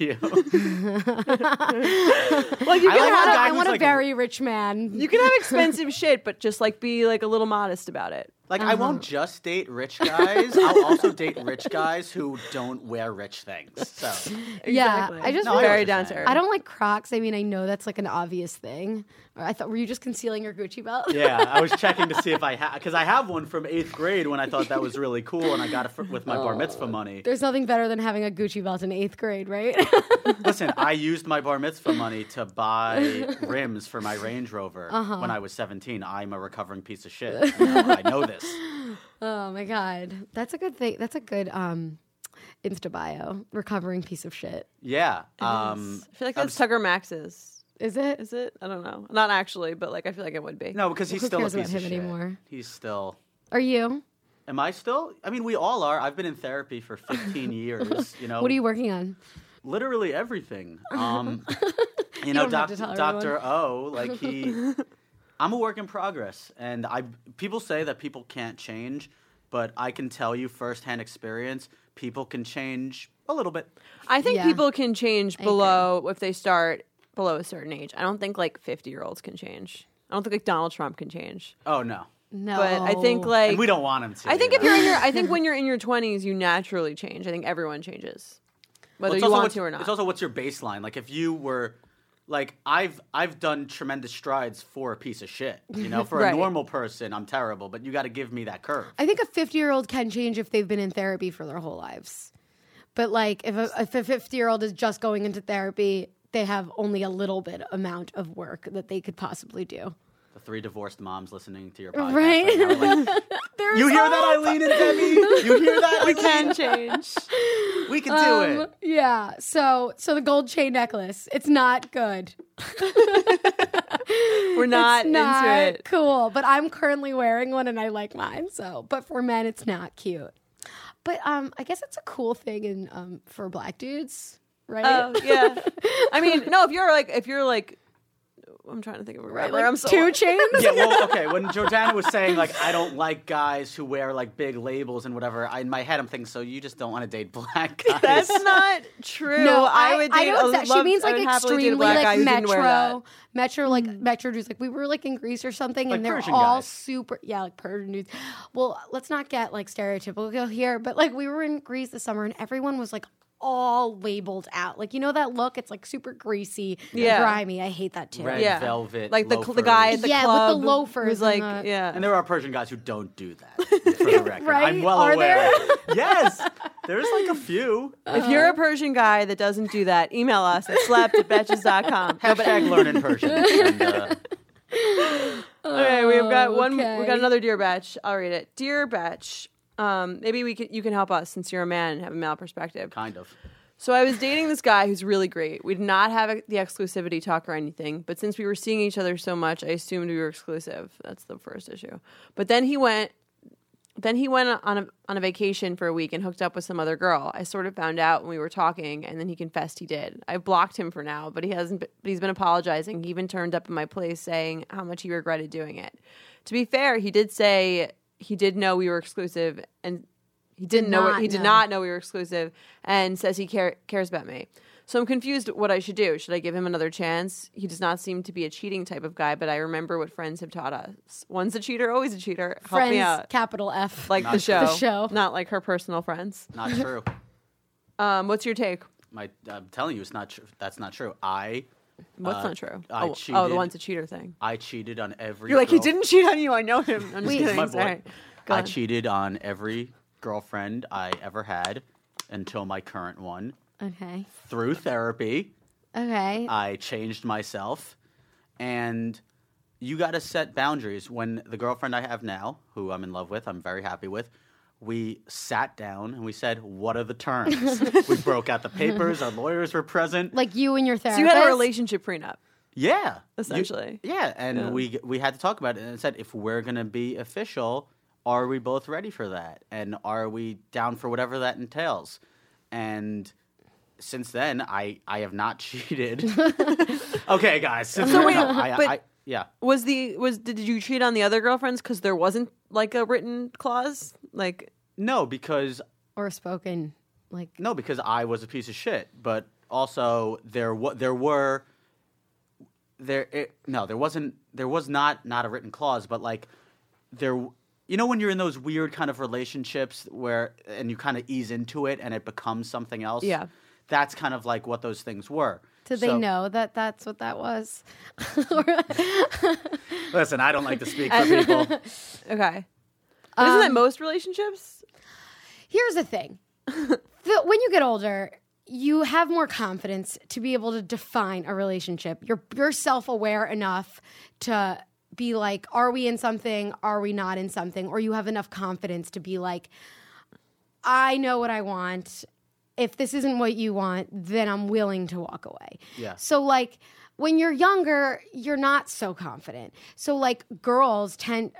[SPEAKER 3] [LAUGHS]
[SPEAKER 4] you?
[SPEAKER 3] Well, you
[SPEAKER 4] I
[SPEAKER 3] can
[SPEAKER 4] like
[SPEAKER 3] have
[SPEAKER 4] how
[SPEAKER 3] a-
[SPEAKER 4] guy
[SPEAKER 2] I
[SPEAKER 4] who's,
[SPEAKER 2] want a
[SPEAKER 4] like,
[SPEAKER 2] very rich man.
[SPEAKER 3] [LAUGHS] You can have expensive shit, but just like be like a little modest about it.
[SPEAKER 4] Like I
[SPEAKER 2] Uh-huh.
[SPEAKER 4] won't just date rich guys. I'll also date rich guys who don't wear rich things. So
[SPEAKER 2] yeah,
[SPEAKER 3] Exactly.
[SPEAKER 2] I just
[SPEAKER 4] No, I
[SPEAKER 2] really-
[SPEAKER 3] very
[SPEAKER 4] what you're
[SPEAKER 3] down to
[SPEAKER 4] saying.
[SPEAKER 3] earth.
[SPEAKER 2] I don't like Crocs. I mean, I know that's like an obvious thing. Or I thought were you just concealing your Gucci belt?
[SPEAKER 4] yeah, I was checking to see if I had because I have one from eighth grade when I thought that was really cool and I got it for, with my
[SPEAKER 2] Oh.
[SPEAKER 4] bar mitzvah
[SPEAKER 2] [LAUGHS]
[SPEAKER 4] money.
[SPEAKER 2] There's nothing better than having a Gucci belt in eighth grade, right? [LAUGHS]
[SPEAKER 4] Listen, I used my bar mitzvah money
[SPEAKER 2] [LAUGHS]
[SPEAKER 4] to buy rims for my Range Rover
[SPEAKER 2] Uh-huh.
[SPEAKER 4] when I was 17. I'm a recovering piece of shit.
[SPEAKER 2] [LAUGHS]
[SPEAKER 4] You know, I know this.
[SPEAKER 2] oh my god, that's a good thing. That's a good um, Insta bio. Recovering piece of shit.
[SPEAKER 4] Yeah. Um,
[SPEAKER 3] I feel like that's Tucker Max's.
[SPEAKER 2] Is it?
[SPEAKER 3] Is it? I don't know. Not actually, but like I feel like it would be.
[SPEAKER 4] no, because he's
[SPEAKER 2] Who
[SPEAKER 4] still
[SPEAKER 2] cares
[SPEAKER 4] a
[SPEAKER 2] about
[SPEAKER 4] piece of
[SPEAKER 2] him
[SPEAKER 4] shit.
[SPEAKER 2] anymore?
[SPEAKER 4] He's still.
[SPEAKER 2] Are you?
[SPEAKER 4] Am I still? I mean, we all are. I've been in therapy for 15 years. You know,
[SPEAKER 2] What are you working on?
[SPEAKER 3] [LAUGHS]
[SPEAKER 4] literally everything. Um, you know,
[SPEAKER 2] don't have
[SPEAKER 4] doc-
[SPEAKER 2] to tell
[SPEAKER 4] Dr. O, like
[SPEAKER 3] [LAUGHS]
[SPEAKER 4] he, I'm a work in progress, and I people say that people can't change, but I can tell you firsthand experience, people can change a little bit.
[SPEAKER 3] I think
[SPEAKER 2] Yeah.
[SPEAKER 3] people can change below if they start below a certain age. I don't think like fifty year olds can change. I don't think like Donald Trump can change.
[SPEAKER 4] Oh no,
[SPEAKER 2] No,
[SPEAKER 3] But I think like
[SPEAKER 4] and we don't want him to.
[SPEAKER 3] I think
[SPEAKER 4] you
[SPEAKER 3] if
[SPEAKER 4] know?
[SPEAKER 3] you're in your
[SPEAKER 2] [LAUGHS]
[SPEAKER 3] I think when you're in your twenties, you naturally change. I think everyone changes.
[SPEAKER 4] Well,
[SPEAKER 3] Whether
[SPEAKER 4] it's
[SPEAKER 3] you
[SPEAKER 4] also
[SPEAKER 3] want
[SPEAKER 4] what's-
[SPEAKER 3] to or not.
[SPEAKER 4] It's also what's your baseline. Like if you were like I've I've done tremendous strides for a piece of shit. You
[SPEAKER 3] [LAUGHS]
[SPEAKER 4] know, for
[SPEAKER 3] Right.
[SPEAKER 4] a normal person, I'm terrible, but you got to give me that curve.
[SPEAKER 2] I think a 50 year old can change if they've been in therapy for their whole lives. But like if a, if a 50 year old is just going into therapy, they have only a little bit amount of work that they could possibly do.
[SPEAKER 4] The three divorced moms
[SPEAKER 3] [LAUGHS]
[SPEAKER 4] listening to your podcast.
[SPEAKER 2] Right.
[SPEAKER 4] Right. now are like, you hear that, Eileen and Debbie? You hear that?
[SPEAKER 2] [LAUGHS]
[SPEAKER 3] we [LAUGHS] can um, change.
[SPEAKER 4] We can
[SPEAKER 3] [LAUGHS]
[SPEAKER 4] do it.
[SPEAKER 2] Yeah. So so the gold chain necklace, it's not good.
[SPEAKER 3] We're not,
[SPEAKER 2] Not
[SPEAKER 3] into it.
[SPEAKER 2] cool. But I'm currently wearing one and I like mine. So, but for men, it's not cute. But um, I guess it's a cool thing in um for black dudes, right?
[SPEAKER 3] Oh [LAUGHS] yeah. I mean, no. If you're like, if you're like, I'm trying to think of a
[SPEAKER 2] right,
[SPEAKER 3] rapper.
[SPEAKER 2] like
[SPEAKER 3] I'm so [LAUGHS]
[SPEAKER 2] two chains.
[SPEAKER 4] Yeah, well, okay. When Jordana was saying like I don't like guys who wear like big labels and whatever, I, in my head I'm thinking, so you just don't want to date [LAUGHS] black guys.
[SPEAKER 3] That's not true.
[SPEAKER 2] No,
[SPEAKER 3] I, would date.
[SPEAKER 2] know
[SPEAKER 3] a
[SPEAKER 2] exact- she
[SPEAKER 3] loved-
[SPEAKER 2] means
[SPEAKER 3] I would
[SPEAKER 2] like
[SPEAKER 3] happily date
[SPEAKER 2] extremely
[SPEAKER 3] a black guy
[SPEAKER 2] like
[SPEAKER 3] who didn't wear that. Hmm.
[SPEAKER 2] metro, metro like metro dudes. Like we were like in Greece or something,
[SPEAKER 4] Like
[SPEAKER 2] and they're
[SPEAKER 4] Persian
[SPEAKER 2] all
[SPEAKER 4] guys.
[SPEAKER 2] super yeah, like Persian dudes. Well, let's not get like stereotypical here, but like we were in Greece this summer, and everyone was like all labeled out. Like you know that look? It's like super greasy,
[SPEAKER 3] Yeah.
[SPEAKER 2] grimy. I hate that too.
[SPEAKER 4] Red
[SPEAKER 3] Yeah.
[SPEAKER 4] velvet,
[SPEAKER 3] Like the cl- the
[SPEAKER 4] loafers.
[SPEAKER 3] guy at the
[SPEAKER 2] Yeah, with the
[SPEAKER 3] club
[SPEAKER 2] loafers
[SPEAKER 3] who's
[SPEAKER 2] and
[SPEAKER 3] like
[SPEAKER 2] the-
[SPEAKER 3] yeah.
[SPEAKER 4] And there are Persian guys who don't do that. [LAUGHS] For the record,
[SPEAKER 2] Right?
[SPEAKER 4] I'm well
[SPEAKER 2] Are
[SPEAKER 4] aware. [LAUGHS] yes, there's like a few.
[SPEAKER 3] if you're a Persian guy that doesn't do that, email us at slapped
[SPEAKER 2] [LAUGHS]
[SPEAKER 3] at betches.com.
[SPEAKER 4] Hashtag learn in [LAUGHS] Persian. And, uh,
[SPEAKER 3] All right, we've got one.
[SPEAKER 2] okay.
[SPEAKER 3] We've got another dear batch. I'll read it. Dear batch. Um, maybe we can, you can help us since you're a man and have a male perspective.
[SPEAKER 4] kind of.
[SPEAKER 3] So I was dating this guy who's really great. We did not have the exclusivity talk or anything, but since we were seeing each other so much, I assumed we were exclusive. That's the first issue. But then he went then he went on a, on a vacation for a week and hooked up with some other girl. I sort of found out when we were talking, and then he confessed he did. I blocked him for now, but he hasn't. But he's been apologizing. He even turned up in my place saying how much he regretted doing it. To be fair, he did say he did know we were exclusive and he didn't
[SPEAKER 2] Did
[SPEAKER 3] know
[SPEAKER 2] not
[SPEAKER 3] he did
[SPEAKER 2] know.
[SPEAKER 3] not know we were exclusive and says he care, cares about me. So I'm confused what I should do. Should I give him another chance? He does not seem to be a cheating type of guy, but I remember what friends have taught us. One's a cheater, always a cheater. Help
[SPEAKER 2] Friends,
[SPEAKER 3] me out.
[SPEAKER 2] capital F.
[SPEAKER 3] Like the show.
[SPEAKER 2] The show.
[SPEAKER 3] Not like her personal friends.
[SPEAKER 4] Not true.
[SPEAKER 3] Um, what's your take?
[SPEAKER 4] My, I'm telling you, it's not true. That's not true. I,
[SPEAKER 3] What's
[SPEAKER 4] Uh,
[SPEAKER 3] not true?
[SPEAKER 4] I
[SPEAKER 3] oh, oh, the
[SPEAKER 4] cheated.
[SPEAKER 3] one's a cheater thing.
[SPEAKER 4] I cheated on every.
[SPEAKER 3] You're like, he
[SPEAKER 4] girl-
[SPEAKER 3] didn't cheat on you. I know him. I'm just
[SPEAKER 2] Wait.
[SPEAKER 3] kidding.
[SPEAKER 4] My boy.
[SPEAKER 3] Sorry. Go
[SPEAKER 4] I
[SPEAKER 3] on.
[SPEAKER 4] cheated on every girlfriend I ever had until my current one.
[SPEAKER 2] okay.
[SPEAKER 4] Through therapy,
[SPEAKER 2] Okay.
[SPEAKER 3] Uh,
[SPEAKER 4] I changed myself, and you got to set boundaries. When the girlfriend I have now, who I'm in love with, I'm very happy with. We sat down and we said, "What are
[SPEAKER 3] [LAUGHS]
[SPEAKER 4] the terms?" we broke out the papers. Our lawyers were present.
[SPEAKER 2] like you and your
[SPEAKER 3] So
[SPEAKER 2] therapist.
[SPEAKER 3] you had a relationship prenup.
[SPEAKER 4] Yeah, You-
[SPEAKER 3] Essentially.
[SPEAKER 4] yeah, and we we had to talk about it and said if we're gonna be official, are we both ready for that, and are we down for whatever that entails? And since then, I I have not [LAUGHS] cheated.
[SPEAKER 3] [LAUGHS]
[SPEAKER 4] okay, guys. Since then,
[SPEAKER 3] wait,
[SPEAKER 4] no, I,
[SPEAKER 3] but-
[SPEAKER 4] I- yeah.
[SPEAKER 3] Was the was did you cheat on the other girlfriends because there wasn't like a written clause? Like
[SPEAKER 4] No, because
[SPEAKER 2] or spoken. Like
[SPEAKER 4] no, because I was a piece of shit. But also there wa- there were there it, no there wasn't there was not not a written clause, but like there you know when you're in those weird kind of relationships where and you kind of ease into it and it becomes something else.
[SPEAKER 3] Yeah.
[SPEAKER 4] that's kind of like what those things were.
[SPEAKER 2] did they
[SPEAKER 4] So-
[SPEAKER 2] know that that's what that was? [LAUGHS]
[SPEAKER 4] Listen, I don't like
[SPEAKER 2] [LAUGHS]
[SPEAKER 4] to speak for people.
[SPEAKER 3] okay, But isn't
[SPEAKER 2] Um,
[SPEAKER 3] that most relationships?
[SPEAKER 2] Here's the thing. the, when you get older, you have more confidence to be able to define a relationship. You're you're self-aware enough to be like, are we in something? Are we not in something? Or you have enough confidence to be like, I know what I want. If this isn't what you want, then I'm willing to walk away.
[SPEAKER 4] Yeah.
[SPEAKER 2] So like when you're younger, you're not so confident. So like girls tend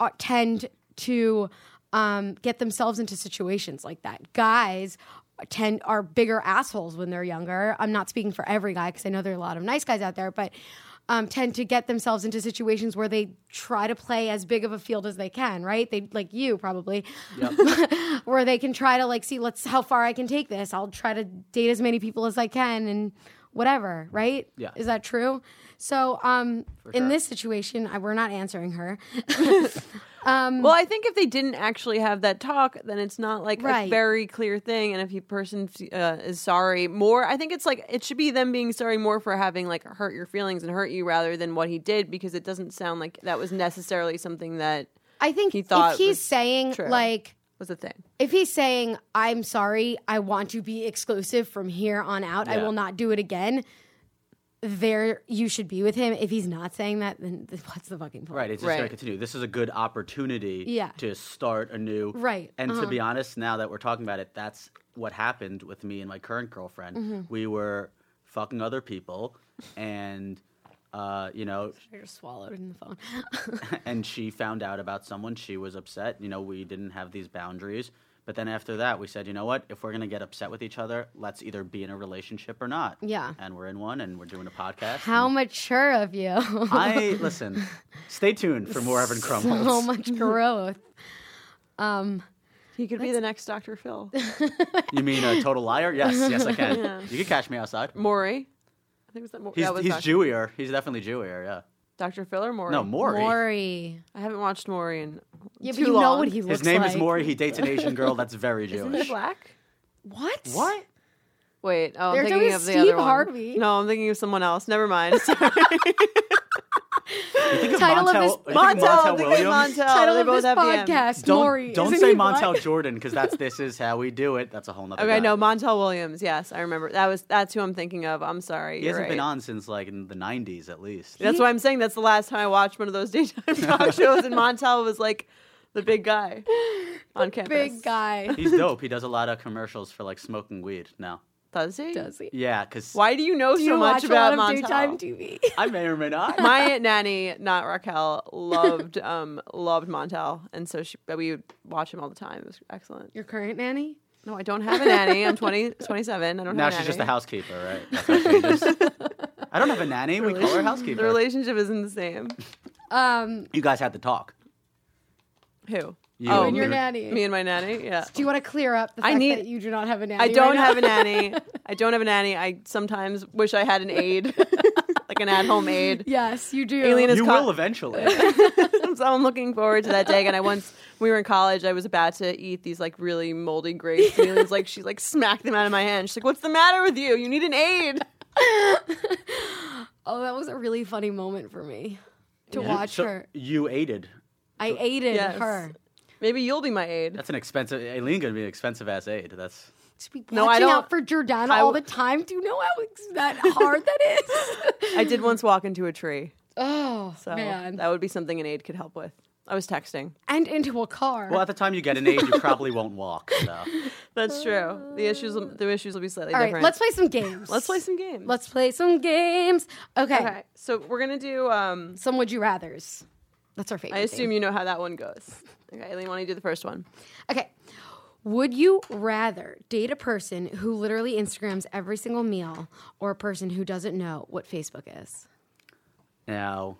[SPEAKER 2] uh, tend to um, get themselves into situations like that. Guys tend are bigger assholes when they're younger. I'm not speaking for every guy because I know there are a lot of nice guys out there, but um, tend to get themselves into situations where they try to play as big of a field as they can. Right? They like you probably where they can try to like see let's how far I can take this. I'll try to date as many people as I can and whatever, right?
[SPEAKER 4] Yeah.
[SPEAKER 2] Is that true? So, um in this situation, I, we're not answering her. [LAUGHS] mm.
[SPEAKER 3] well, I think if they didn't actually have that talk, then it's not like a
[SPEAKER 2] Right.
[SPEAKER 3] very clear thing. And if a person uh, is sorry more, I think it's like it should be them being sorry more for having like hurt your feelings and hurt you rather than what he did because it doesn't sound like that was necessarily something that
[SPEAKER 2] I think
[SPEAKER 3] He thought
[SPEAKER 2] if he's
[SPEAKER 3] was
[SPEAKER 2] saying
[SPEAKER 3] true.
[SPEAKER 2] like
[SPEAKER 3] was a thing.
[SPEAKER 2] if he's saying I'm sorry, I want to be exclusive from here on out. I
[SPEAKER 4] Yeah.
[SPEAKER 2] will not do it again. There you should be with him. If he's not saying that, then [LAUGHS] what's the fucking point?
[SPEAKER 4] Right, it's just
[SPEAKER 3] Right.
[SPEAKER 4] going to continue. This is a good opportunity
[SPEAKER 2] Yeah.
[SPEAKER 4] to start anew.
[SPEAKER 2] Right, uh-huh.
[SPEAKER 4] And to be honest, now that we're talking about it, that's what happened with me and my current girlfriend.
[SPEAKER 2] Mm-hmm.
[SPEAKER 4] We were fucking other people, and uh, you know, [LAUGHS]
[SPEAKER 2] I just swallowed in the phone. [LAUGHS]
[SPEAKER 4] and she found out about someone. She was upset. You know, we didn't have these boundaries. But then after that, we said, you know what? If we're going to get upset with each other, let's either be in a relationship or not.
[SPEAKER 2] Yeah.
[SPEAKER 4] And we're in one, and we're doing a podcast.
[SPEAKER 2] How
[SPEAKER 4] and
[SPEAKER 3] Hmm.
[SPEAKER 2] mature of you. [LAUGHS]
[SPEAKER 4] I listen. Stay tuned for more Evan Crumbles.
[SPEAKER 2] so much growth.
[SPEAKER 3] He could be the next
[SPEAKER 2] [LAUGHS]
[SPEAKER 3] Dr. Phil.
[SPEAKER 4] You mean a total liar? Yes, yes, I can. You can catch me outside.
[SPEAKER 3] Maury. I think it was that Maury.
[SPEAKER 4] He's,
[SPEAKER 3] that was
[SPEAKER 4] he's
[SPEAKER 3] Dr.
[SPEAKER 4] Jewier. He's definitely Jewier, yeah.
[SPEAKER 3] Dr. Phil or Maury?
[SPEAKER 4] No, Maury.
[SPEAKER 2] Maury.
[SPEAKER 3] I haven't watched Maury in
[SPEAKER 2] Yeah,
[SPEAKER 3] too
[SPEAKER 2] but you
[SPEAKER 3] long.
[SPEAKER 2] know what he looks
[SPEAKER 4] His name
[SPEAKER 2] like.
[SPEAKER 4] is Maury. He dates an Asian girl that's very
[SPEAKER 3] Isn't
[SPEAKER 4] Jewish.
[SPEAKER 3] he black?
[SPEAKER 2] What?
[SPEAKER 4] What?
[SPEAKER 3] Wait, oh, I'm
[SPEAKER 2] They're
[SPEAKER 3] thinking
[SPEAKER 2] doing
[SPEAKER 3] of the
[SPEAKER 2] Steve
[SPEAKER 3] other one.
[SPEAKER 2] Harvey.
[SPEAKER 3] No, I'm thinking of someone else.
[SPEAKER 2] [LAUGHS]
[SPEAKER 3] Never mind.
[SPEAKER 4] Think of
[SPEAKER 2] Title of
[SPEAKER 4] Montel,
[SPEAKER 2] his-
[SPEAKER 4] I
[SPEAKER 3] [LAUGHS]
[SPEAKER 4] think
[SPEAKER 3] Montel,
[SPEAKER 4] Montel
[SPEAKER 3] I'm thinking
[SPEAKER 4] Williams.
[SPEAKER 3] Montel.
[SPEAKER 2] Title
[SPEAKER 3] they
[SPEAKER 2] of
[SPEAKER 3] both
[SPEAKER 2] this
[SPEAKER 3] have the M.
[SPEAKER 2] podcast.
[SPEAKER 4] Don't
[SPEAKER 2] Maury.
[SPEAKER 4] don't
[SPEAKER 2] Isn't
[SPEAKER 4] say
[SPEAKER 2] he
[SPEAKER 4] Montel
[SPEAKER 2] black?
[SPEAKER 4] Jordan because that's this is how we do it. That's a whole nother.
[SPEAKER 3] Okay,
[SPEAKER 4] guy.
[SPEAKER 3] no, Montel Williams. Yes, I remember. That was that's who I'm thinking of. I'm sorry.
[SPEAKER 4] he
[SPEAKER 3] you're
[SPEAKER 4] hasn't been
[SPEAKER 3] right.
[SPEAKER 4] on since like in the '90s at least.
[SPEAKER 3] That's why I'm saying that's the last time I watched one of those [LAUGHS]
[SPEAKER 4] [LAUGHS]
[SPEAKER 3] daytime talk shows, and Montel was like the
[SPEAKER 2] [LAUGHS]
[SPEAKER 3] big guy on campus.
[SPEAKER 2] Big guy.
[SPEAKER 4] He's dope. He does a lot of commercials for like smoking weed now.
[SPEAKER 3] Does he?
[SPEAKER 2] Does he?
[SPEAKER 4] Yeah, because
[SPEAKER 3] Why do you know
[SPEAKER 2] Do
[SPEAKER 3] so
[SPEAKER 2] you
[SPEAKER 3] much
[SPEAKER 2] watch
[SPEAKER 3] about
[SPEAKER 2] a lot of
[SPEAKER 3] Montel?
[SPEAKER 2] daytime TV?
[SPEAKER 4] I may or may not.
[SPEAKER 3] [LAUGHS]
[SPEAKER 2] [LAUGHS]
[SPEAKER 3] my aunt nanny, not Raquel, loved um loved Montel, and so she we would watch him all the time. It was excellent.
[SPEAKER 2] Your current nanny?
[SPEAKER 3] No, I don't have a nanny.
[SPEAKER 2] [LAUGHS]
[SPEAKER 3] I'm 20, 27. I don't
[SPEAKER 4] now
[SPEAKER 3] have.
[SPEAKER 4] she's
[SPEAKER 3] nanny.
[SPEAKER 4] just a housekeeper, right? That's how she just- I don't have a nanny. We call her
[SPEAKER 3] The
[SPEAKER 4] housekeeper.
[SPEAKER 3] relationship isn't the same.
[SPEAKER 2] Um,
[SPEAKER 4] You guys had to talk.
[SPEAKER 3] Who?
[SPEAKER 4] You
[SPEAKER 3] oh,
[SPEAKER 4] and
[SPEAKER 2] your
[SPEAKER 3] me-
[SPEAKER 2] nanny.
[SPEAKER 3] Me and my nanny. Yeah.
[SPEAKER 2] Do you want to clear up the
[SPEAKER 3] I
[SPEAKER 2] fact
[SPEAKER 3] need-
[SPEAKER 2] that you do not have a nanny?
[SPEAKER 3] I
[SPEAKER 2] right
[SPEAKER 3] don't
[SPEAKER 2] now?
[SPEAKER 3] have a nanny. I don't have a nanny. I sometimes wish I had an aide, [LAUGHS] like an at-home aide.
[SPEAKER 2] [LAUGHS] yes, you do.
[SPEAKER 3] Alien is
[SPEAKER 4] You
[SPEAKER 3] co-
[SPEAKER 4] will eventually.
[SPEAKER 3] so I'm looking forward to that day. And I once when we were in college, I was about to eat these like really moldy grapes.
[SPEAKER 2] [LAUGHS]
[SPEAKER 3] And Alien's like she like smacked them out of my hand. She's like, "What's the matter with you? You need an aid."
[SPEAKER 2] oh, that was a really funny moment for me to
[SPEAKER 4] You-
[SPEAKER 2] watch
[SPEAKER 4] so
[SPEAKER 2] her.
[SPEAKER 4] You aided.
[SPEAKER 2] I aided
[SPEAKER 3] Yes.
[SPEAKER 2] her.
[SPEAKER 3] Maybe you'll be my aide.
[SPEAKER 4] That's an expensive. Aileen gonna be an expensive ass aid. That's
[SPEAKER 2] Just be watching
[SPEAKER 3] No, I
[SPEAKER 2] out
[SPEAKER 3] don't-
[SPEAKER 2] for Jordana
[SPEAKER 3] I
[SPEAKER 2] all the
[SPEAKER 3] w-
[SPEAKER 2] time. Do you know how ex- that hard that
[SPEAKER 3] [LAUGHS]
[SPEAKER 2] is?
[SPEAKER 3] I did once walk into a tree,
[SPEAKER 2] oh
[SPEAKER 3] so
[SPEAKER 2] man,
[SPEAKER 3] that would be something an aide could help with. I was texting.
[SPEAKER 2] and into a car.
[SPEAKER 4] well. At the time you get an aid, you probably won't walk. So.
[SPEAKER 3] That's true. The issues, will- the issues will be slightly
[SPEAKER 2] all right,
[SPEAKER 3] different.
[SPEAKER 2] let's play some games.
[SPEAKER 3] let's play some games.
[SPEAKER 2] Let's play some games. Okay,
[SPEAKER 3] Okay, so we're gonna do. Um,
[SPEAKER 2] some would you rather's. That's our favorite.
[SPEAKER 3] I
[SPEAKER 2] thing.
[SPEAKER 3] assume you know how that one goes. Okay, Aileen, why don't you do the first one?
[SPEAKER 2] Okay. Would you rather date a person who literally Instagrams every single meal or a person who doesn't know what Facebook is?
[SPEAKER 4] Now,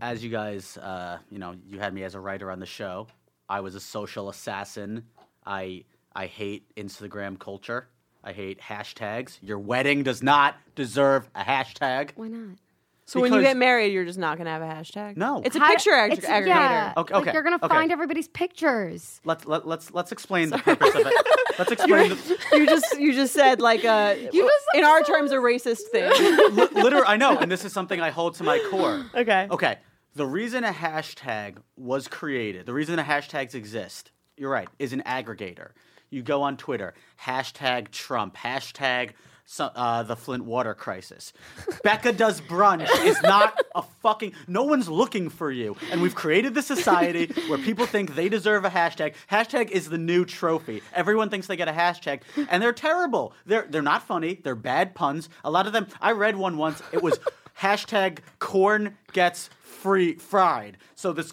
[SPEAKER 4] as you guys, uh, you know, you had me as a writer on the show. I was a social assassin. I I hate Instagram culture. I hate hashtags. Your wedding does not deserve a hashtag.
[SPEAKER 2] Why not?
[SPEAKER 3] So when you
[SPEAKER 4] Because-
[SPEAKER 3] get married, you're just not gonna have a hashtag.
[SPEAKER 4] No.
[SPEAKER 3] it's a
[SPEAKER 2] How-
[SPEAKER 3] picture ag-
[SPEAKER 2] it's-
[SPEAKER 3] aggregator.
[SPEAKER 2] yeah,
[SPEAKER 4] Okay,
[SPEAKER 2] like
[SPEAKER 4] okay,
[SPEAKER 2] you're gonna
[SPEAKER 4] okay.
[SPEAKER 2] find everybody's pictures.
[SPEAKER 4] Let's let, let's let's explain the purpose of it. Let's explain. the,
[SPEAKER 3] You just you just said like a
[SPEAKER 2] [LAUGHS] You just
[SPEAKER 3] in our
[SPEAKER 2] [LAUGHS]
[SPEAKER 3] terms a racist thing.
[SPEAKER 4] li- liter- I know, and this is something I hold to my core.
[SPEAKER 3] Okay. [LAUGHS]
[SPEAKER 4] Okay. The reason a hashtag was created, the reason the hashtags exist, you're right, is an aggregator. You go on Twitter, hashtag Trump, hashtag so- uh, the Flint water crisis. Becca does brunch is not a fucking. No one's looking for you, and we've created this society where people think they deserve a hashtag. Hashtag is the new trophy. Everyone thinks they get a hashtag, and they're terrible. They're they're not funny. They're bad puns. A lot of them. I read one once. It was hashtag corn gets free fried. So this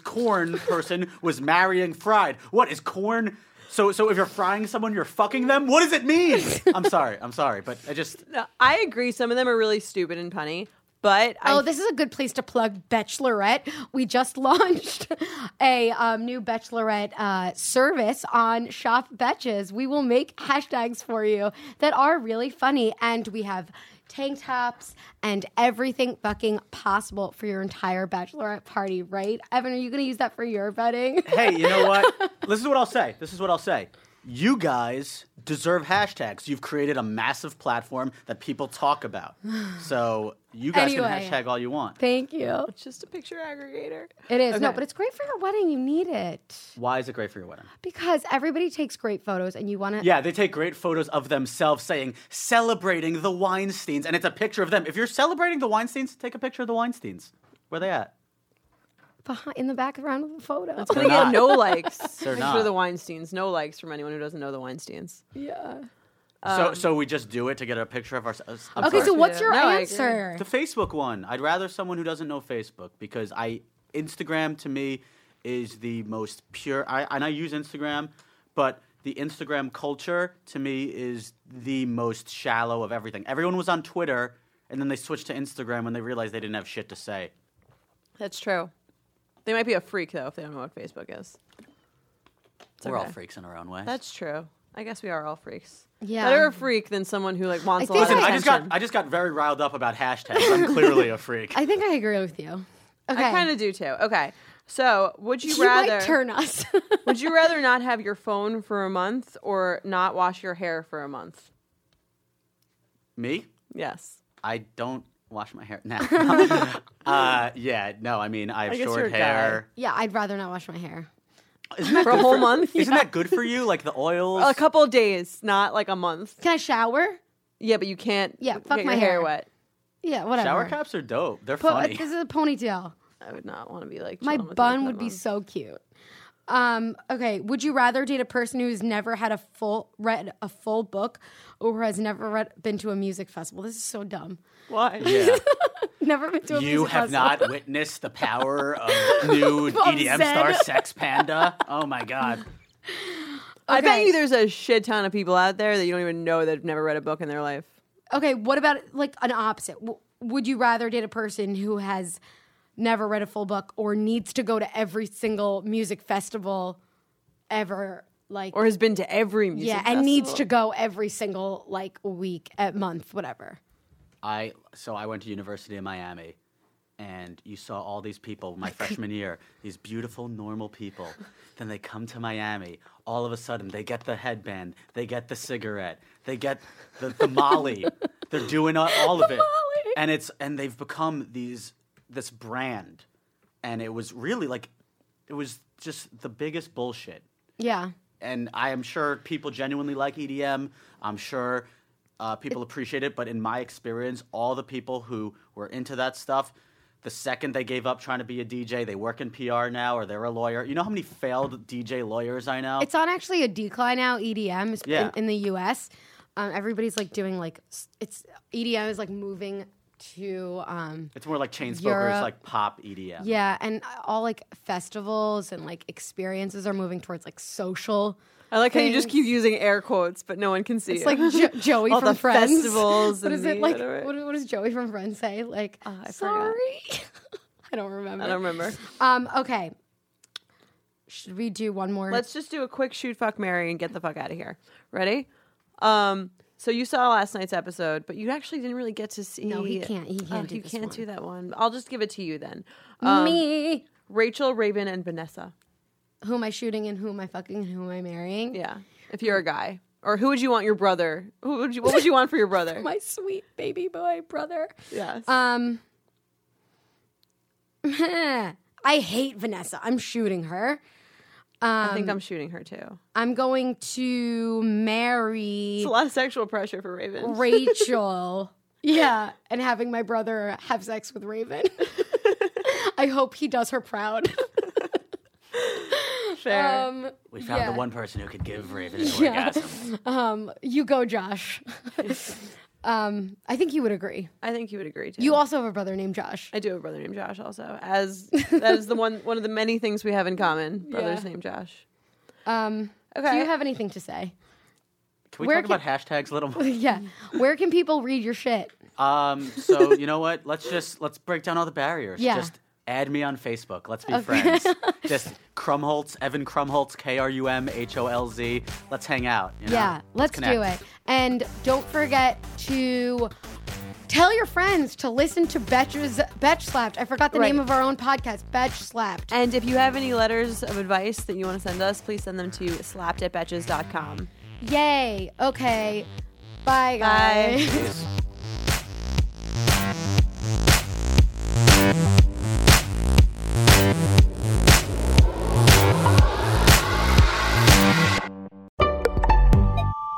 [SPEAKER 2] [LAUGHS]
[SPEAKER 4] corn person was marrying fried. What is corn? So so if you're frying someone, you're fucking them. What does it mean? I'm sorry. I'm sorry, but I just
[SPEAKER 3] No, I agree. Some of them are really stupid and punny, but I
[SPEAKER 2] Oh, this is a good place to plug Bachelorette. We just [LAUGHS] launched a um, new Bachelorette uh, service on Shop Betches. We will make hashtags for you that are really funny, and we have tank tops and everything fucking possible for your entire Bachelorette party, right? Evan, are you going to use that for your wedding? [LAUGHS]
[SPEAKER 4] hey, you know what? this is what I'll say. This is what I'll say. You guys deserve hashtags. You've created a massive platform that people talk about. So you guys
[SPEAKER 2] Anyway.
[SPEAKER 4] can hashtag all you want.
[SPEAKER 2] Thank you.
[SPEAKER 3] it's just a picture aggregator.
[SPEAKER 2] It is. No,
[SPEAKER 3] Okay.
[SPEAKER 2] but it's great for your wedding. You need it
[SPEAKER 4] Why is it great for your wedding?
[SPEAKER 2] because everybody takes great photos and you want to.
[SPEAKER 4] Yeah, they take great photos of themselves saying, celebrating the Weinsteins, and it's a picture of them. If you're celebrating the Weinsteins, take a picture of the Weinsteins. Where they at?
[SPEAKER 2] Behind, in the background of the photo.
[SPEAKER 3] But again,
[SPEAKER 4] not.
[SPEAKER 3] no
[SPEAKER 4] [LAUGHS]
[SPEAKER 3] likes. Picture
[SPEAKER 4] not.
[SPEAKER 3] of the Weinsteins. No likes from anyone who doesn't know the Weinsteins.
[SPEAKER 2] Yeah.
[SPEAKER 4] so, so we just do it to get a picture of ourselves. I'm
[SPEAKER 2] Okay,
[SPEAKER 4] sorry.
[SPEAKER 2] so what's
[SPEAKER 3] do.
[SPEAKER 2] your
[SPEAKER 3] No, I agree.
[SPEAKER 2] answer?
[SPEAKER 4] The Facebook one. I'd rather someone who doesn't know Facebook because I Instagram to me is the most pure. I and I use Instagram, but the Instagram culture to me is the most shallow of everything. Everyone was on Twitter, and then they switched to Instagram when they realized they didn't have shit to say.
[SPEAKER 3] That's true. They might be a freak though if they don't know what Facebook is.
[SPEAKER 4] We're all
[SPEAKER 3] okay.
[SPEAKER 4] freaks in our own way.
[SPEAKER 3] That's true. I guess we are all freaks.
[SPEAKER 2] Yeah.
[SPEAKER 3] Better a freak than someone who like wants
[SPEAKER 2] I
[SPEAKER 3] a lot
[SPEAKER 2] think
[SPEAKER 3] of
[SPEAKER 4] Listen,
[SPEAKER 2] I-
[SPEAKER 4] I
[SPEAKER 3] attention.
[SPEAKER 4] just got I just got very riled up about hashtags. I'm clearly a
[SPEAKER 3] [LAUGHS]
[SPEAKER 4] freak.
[SPEAKER 2] I think I agree with you. Okay.
[SPEAKER 3] kind of do too. Okay. So, would you,
[SPEAKER 2] You
[SPEAKER 3] rather
[SPEAKER 2] might turn us. [LAUGHS]
[SPEAKER 3] would you rather not have your phone for a month or not wash your hair for a month?
[SPEAKER 4] me?
[SPEAKER 3] Yes.
[SPEAKER 4] I don't wash my hair
[SPEAKER 3] [LAUGHS]
[SPEAKER 4] now. [LAUGHS] uh, yeah, no, I mean I have
[SPEAKER 3] I guess you're
[SPEAKER 4] short
[SPEAKER 3] a guy.
[SPEAKER 4] hair.
[SPEAKER 2] yeah, I'd rather not wash my hair.
[SPEAKER 4] Isn't that
[SPEAKER 3] For a
[SPEAKER 4] good
[SPEAKER 3] whole
[SPEAKER 2] [LAUGHS]
[SPEAKER 3] month?
[SPEAKER 4] Isn't that good for you? Like the oils.
[SPEAKER 3] [LAUGHS] a couple of days, not like a month.
[SPEAKER 2] Can I shower?
[SPEAKER 3] Yeah, but you can't
[SPEAKER 2] Yeah,
[SPEAKER 3] get
[SPEAKER 2] fuck
[SPEAKER 3] your
[SPEAKER 2] my hair.
[SPEAKER 3] wet.
[SPEAKER 2] Yeah, whatever.
[SPEAKER 4] Shower caps are dope. They're
[SPEAKER 2] Po- uh,
[SPEAKER 4] funny.
[SPEAKER 2] This is a ponytail.
[SPEAKER 3] I would not want to be like
[SPEAKER 2] My
[SPEAKER 3] chilling with you
[SPEAKER 2] bun
[SPEAKER 3] for a
[SPEAKER 2] would be
[SPEAKER 3] month.
[SPEAKER 2] so cute. Um, okay, would you rather date a person who's never had a full read a full book or has never read, been to a music festival? This is so dumb. [LAUGHS]
[SPEAKER 3] Why?
[SPEAKER 4] [LAUGHS] Yeah.
[SPEAKER 2] Never been to a
[SPEAKER 4] You
[SPEAKER 2] music
[SPEAKER 4] have
[SPEAKER 2] festival.
[SPEAKER 3] [LAUGHS]
[SPEAKER 4] not witnessed the power of new EDM
[SPEAKER 2] Zed.
[SPEAKER 4] star Sex Panda. Oh my god.
[SPEAKER 3] I bet
[SPEAKER 2] Okay.
[SPEAKER 3] you there's a shit ton of people out there that you don't even know that have never read a book in their life.
[SPEAKER 2] Okay, what about like an opposite? W- would you rather date a person who has never read a full book or needs to go to every single music festival ever. Like
[SPEAKER 3] or has been to every music.
[SPEAKER 2] yeah, and needs to go every single like week, at month, whatever.
[SPEAKER 4] I so I went to University of Miami, and you saw all these people my freshman year, these beautiful normal people. Then they come to Miami. All of a sudden, they get the headband, they get the cigarette, they get the, the Molly. They're doing all- all of it, and it's and they've become these this brand, and it was really like it was just the biggest bullshit
[SPEAKER 2] Yeah.
[SPEAKER 4] and I am sure people genuinely like EDM. I'm sure uh, people appreciate it, but in my experience, all the people who were into that stuff, the second they gave up trying to be a DJ, they work in PR now or they're a lawyer. You know how many failed DJ lawyers I know?
[SPEAKER 2] It's on actually a decline now. EDM is
[SPEAKER 4] Yeah.
[SPEAKER 2] in, in the U.S. Um, everybody's like doing like s- it's EDM is like moving to um,
[SPEAKER 4] It's more like chain smokers,
[SPEAKER 2] Europe.
[SPEAKER 4] like pop E EDM.
[SPEAKER 2] yeah, and all like festivals and like experiences are moving towards like social.
[SPEAKER 3] I like how you just
[SPEAKER 2] things.
[SPEAKER 3] keep using air quotes, but no one can see.
[SPEAKER 2] It's
[SPEAKER 3] it. [LAUGHS]
[SPEAKER 2] like jo- Joey
[SPEAKER 3] All
[SPEAKER 2] from
[SPEAKER 3] the
[SPEAKER 2] Friends.
[SPEAKER 3] festivals
[SPEAKER 2] What
[SPEAKER 3] and
[SPEAKER 2] is
[SPEAKER 3] the
[SPEAKER 2] it like?
[SPEAKER 3] whatever. Ah,
[SPEAKER 2] What, what does Joey from Friends say? Like,
[SPEAKER 3] I forgot.
[SPEAKER 2] sorry, [LAUGHS] I don't remember.
[SPEAKER 3] I don't remember.
[SPEAKER 2] Um, okay, should we do one more?
[SPEAKER 3] Let's just do a quick shoot, fuck, Mary, and get the fuck out of here. Ready? Um, so you saw last night's episode, but you actually didn't really get to see.
[SPEAKER 2] No, he can't. He can't
[SPEAKER 3] Oh,
[SPEAKER 2] do
[SPEAKER 3] you
[SPEAKER 2] this
[SPEAKER 3] can't
[SPEAKER 2] one.
[SPEAKER 3] do that one. I'll just give it to you then. Um,
[SPEAKER 2] me.
[SPEAKER 3] Rachel, Raven, and Vanessa.
[SPEAKER 2] Who am I shooting and who am I fucking and who am I marrying?
[SPEAKER 3] Yeah, if you're a guy, or who would you want your brother? Who would you? What would you want for your brother?
[SPEAKER 2] [LAUGHS] my sweet baby boy brother.
[SPEAKER 3] yes.
[SPEAKER 2] Um, [LAUGHS] I hate Vanessa. I'm shooting her. Um,
[SPEAKER 3] I think I'm shooting her too.
[SPEAKER 2] I'm going to marry
[SPEAKER 3] It's a lot of sexual pressure for
[SPEAKER 2] [LAUGHS]
[SPEAKER 3] Raven.
[SPEAKER 2] Rachel. [LAUGHS] yeah, and having my brother have sex with Raven. [LAUGHS] I hope he does her proud.
[SPEAKER 3] [LAUGHS] Fair.
[SPEAKER 2] Um,
[SPEAKER 4] We found the
[SPEAKER 2] Yeah.
[SPEAKER 4] one person who could give Raven an
[SPEAKER 2] [LAUGHS] Yeah.
[SPEAKER 4] orgasm.
[SPEAKER 2] um, you go, Josh. [LAUGHS] um, I think you would agree.
[SPEAKER 3] I think you would agree too.
[SPEAKER 2] You also have a brother named Josh.
[SPEAKER 3] I do have a brother named Josh also. As that is the one one of the many things we have in common. Brothers
[SPEAKER 2] Yeah.
[SPEAKER 3] named Josh.
[SPEAKER 2] Um, Do
[SPEAKER 3] Okay.
[SPEAKER 2] you have anything to say?
[SPEAKER 4] Can we
[SPEAKER 2] Where
[SPEAKER 4] talk about hashtags a little more?
[SPEAKER 2] Yeah. Where can people read your shit?
[SPEAKER 4] Um, so you know what? Let's just let's break down all the barriers.
[SPEAKER 2] Yeah.
[SPEAKER 4] Just add me on Facebook. Let's be
[SPEAKER 2] [LAUGHS]
[SPEAKER 4] friends. just Crumholtz, Evan Crumholtz, K R U M H O L Z. Let's hang out. you know?
[SPEAKER 2] Yeah, let's, do
[SPEAKER 4] connect.
[SPEAKER 2] it. And don't forget to tell your friends to listen to Betch's Betch Slapped. I forgot the
[SPEAKER 3] Right.
[SPEAKER 2] name of our own podcast, Betch Slapped.
[SPEAKER 3] And if you have any letters of advice that you want to send us, please send them to slappedatbetches.com.
[SPEAKER 2] Yay. Okay. Bye,
[SPEAKER 3] Bye.
[SPEAKER 2] guys.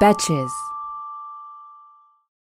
[SPEAKER 7] Betches.